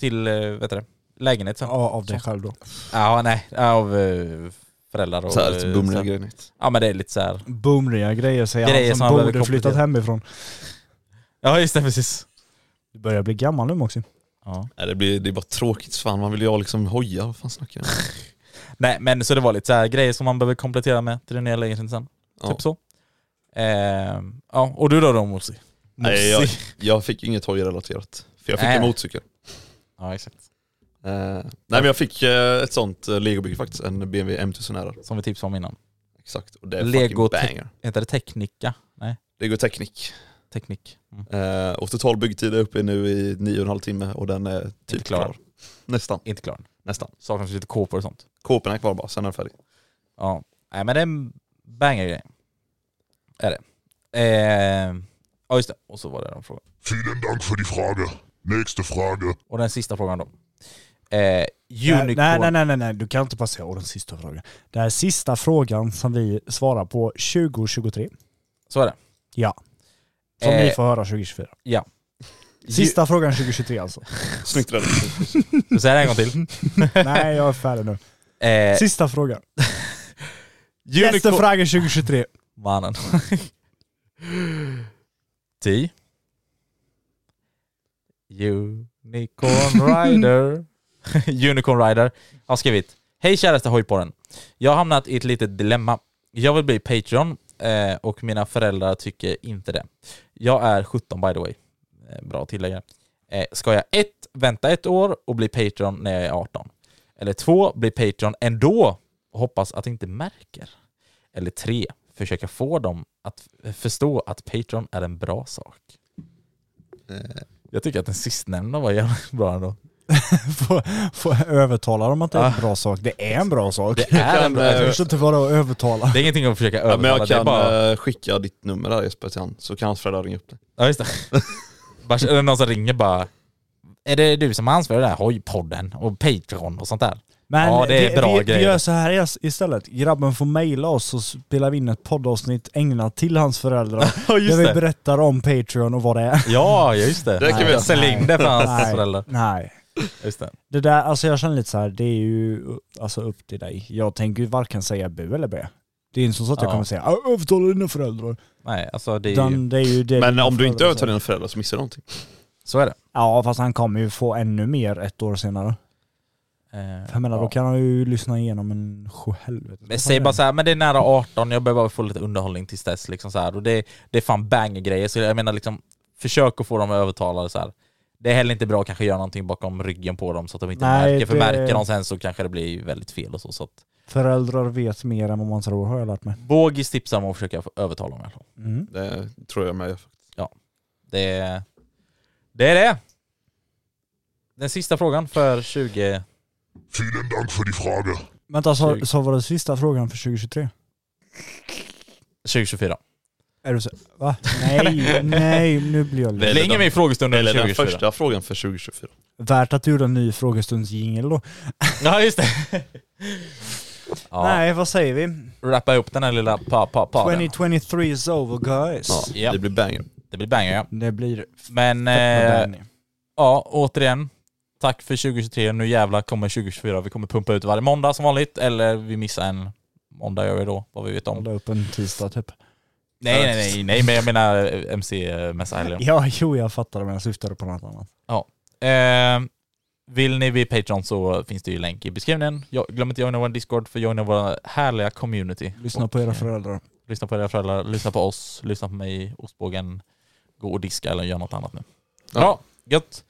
S1: till eh, vet du det, lägenheten.
S2: Ja, av dig själv då.
S1: Ja, nej, av eh, föräldrar och...
S3: Så här alltså
S1: eh, så
S3: lite bumliga
S1: här-
S3: grejer.
S1: Ja men det är lite så här.
S2: Boomriga grejer säger
S1: Grejer som
S2: han
S1: han
S2: som,
S1: behöver
S2: borde flyttat
S1: komplettera.
S2: hemifrån.
S1: Ja just det, precis.
S2: Du börjar bli gammal nu Moxie.
S1: Ja.
S3: Nej, det, blir, det är bara tråkigt fan, man vill ju ha liksom hoja, vad fan snackar jag om?
S1: Nej men så det var lite så här grejer som man behöver komplettera med till den nya lägenheten sen.
S3: Ja.
S1: Typ så. Eh, ja, och du då då Mossi?
S3: Nej, jag, jag fick inget hojrelaterat. För jag fick en
S1: Nej.
S3: motorcykel.
S1: Ja exakt.
S3: Eh, nej men jag fick eh, ett sånt eh, legobygge faktiskt, en BMW M1000 RR.
S1: Som vi tipsade om innan.
S3: Exakt, och det är
S1: Lego
S3: fucking banger.
S1: Heter det teknika? Nej,
S3: Lego Teknik.
S1: teknik. Mm.
S3: Eh, och total byggtid är uppe nu i nio och en halv timme och den är typ
S1: klar.
S3: klar. Nästan,
S1: Inte klar.
S3: nästan.
S1: Saknas lite kåpor och sånt.
S3: Kåporna är kvar bara, sen är den färdig.
S1: Ja, nej men det är en banger grej. Är det. Eh, ja just det, och så var det den frågan.
S4: Vielen Dank für die Frage. Nächste Frage.
S1: Och den sista frågan då. Eh, unicorn.
S2: Nej, nej, nej, nej, nej, du kan inte bara säga "Åh, den sista frågan. Den här sista frågan som vi svarar på 2023.
S1: Så är det.
S2: Ja. Som ni
S1: Eh,
S2: får höra 2024.
S1: Ja.
S2: Sista frågan
S1: <laughs>
S2: 2023 alltså.
S3: Snyggt räddat.
S1: Du säger det en gång
S2: <laughs>
S1: till.
S2: Nej, jag är färdig nu.
S1: Eh,
S2: Sista frågan. Nästa
S1: unicorn-
S2: fråga 2023.
S1: Mannen. <laughs> T. Unicorn Rider. <laughs> Unicorn Rider har skrivit Hej käraste hojporren. Jag har hamnat i ett litet dilemma. Jag vill bli Patreon eh, och mina föräldrar tycker inte det. Jag är 17 by the way. Eh, bra att tillägga. Eh, ska jag ett, vänta ett år och bli Patreon när jag är 18? Eller två, bli Patreon ändå och hoppas att det inte märker? Eller tre, försöka få dem att f- förstå att Patreon är en bra sak.
S3: Eh,
S1: Jag tycker att den sistnämnda var jävligt bra ändå.
S2: Får, får jag övertala dem att det är en bra sak. Det är en bra sak.
S1: Ah. Det är eh, en bra
S2: Jag förstår inte vad det är att övertala.
S1: Det är ingenting att försöka
S3: eh, ja, men
S1: övertala,
S3: jag
S1: det är
S3: kan
S1: bara...
S3: eh, skicka ditt nummer där Jesper till han, så kan hans föräldrar ringa upp dig.
S1: Ja, just det. bara, eller någon som ringer bara... Är det du som ansvarar för den här hojpodden och Patreon och sånt där?
S2: Men
S1: Ja, det är
S2: vi,
S1: bra
S2: vi, vi
S1: grejer.
S2: gör så här is- istället. Grabben får mejla oss så spelar vi in ett poddavsnitt ägnat till hans föräldrar.
S1: <laughs> Ja,
S2: där vi berättar om Patreon och vad det är.
S1: Ja, just det.
S3: Det kan vi göra.
S1: Sälj in det för hans
S2: Nej,
S1: föräldrar.
S2: Nej.
S1: Just det.
S2: Det där, alltså jag känner lite så här, det är ju alltså upp till dig. Jag tänker ju varken säga bu eller bä. Det är inte så att jag
S1: Ja.
S2: kommer säga "Ah, övertala dina föräldrar.
S1: Nej, alltså det är ju...
S2: Utan det är ju det
S3: Men
S2: dina
S3: om du inte
S2: föräldrar
S3: övertar
S2: säger.
S3: dina föräldrar så missar du någonting.
S1: Så är det.
S2: Ja fast han kommer ju få ännu mer ett år senare.
S1: eh,
S2: För jag menar då kan han ju lyssna igenom en sjuhelvete.
S1: Men säg bara så här, men det är nära 18, jag behöver bara få lite underhållning tills dess. Liksom så här. Och det, det är fan banger-grejer, så jag menar liksom, försök att få dem övertalade så här. Det är heller inte bra att kanske göra någonting bakom ryggen på dem så att de inte
S2: Nej,
S1: märker, för
S2: det-
S1: märker de sen så kanske det blir väldigt fel och så. så att,
S2: Föräldrar vet mer än vad man tror har jag lärt mig.
S1: vågis tipsar om att försöka få- övertala dem i alla fall.
S2: Mm.
S3: Det tror jag med.
S1: Det, det är det! Den sista frågan för 20...
S4: Vielen Dank für die Frage.
S2: Vänta, så,
S1: Tjugo.
S2: så var det sista frågan för 2023?
S1: 2024.
S2: Är du så? <laughs> Va? Nej, nej, nu blir jag lite...
S3: Eller
S1: Länge
S3: den-
S1: med i frågestunden
S3: Eller den
S1: 2024.
S3: första frågan för 2024.
S2: Värt att du gjorde en ny frågestundsjingel då.
S1: Ja just det. ja,
S2: <laughs> Nej, vad säger vi?
S1: Rappa ihop den här lilla pa pa pa
S2: 2023 is over guys.
S3: Ja,
S1: Ja.
S3: Det blir banger.
S1: Det blir banger ja.
S2: Det blir...
S1: Men eh, ja, återigen. Tack för 2023. Nu jävlar kommer 2024. Vi kommer pumpa ut varje måndag som vanligt. Eller vi missar en måndag gör vi då, vad vi vet om.
S2: Hålla upp en tisdag typ.
S1: Nej nej nej, nej men jag menar eh, MC-mässan.
S2: Ja, jo jag fattar men jag syftade på något annat.
S1: Eh, vill ni bli Patreon så finns det ju länk i beskrivningen. Jag, glöm inte att joina vår Discord för joina våra härliga community.
S2: Lyssna
S1: Och,
S2: på era
S1: eh,
S2: föräldrar.
S1: Lyssna på era föräldrar, lyssna på oss, lyssna på mig, ostbågen. Gå och diska eller gör något annat nu.
S3: Ja.
S1: Bra, gött.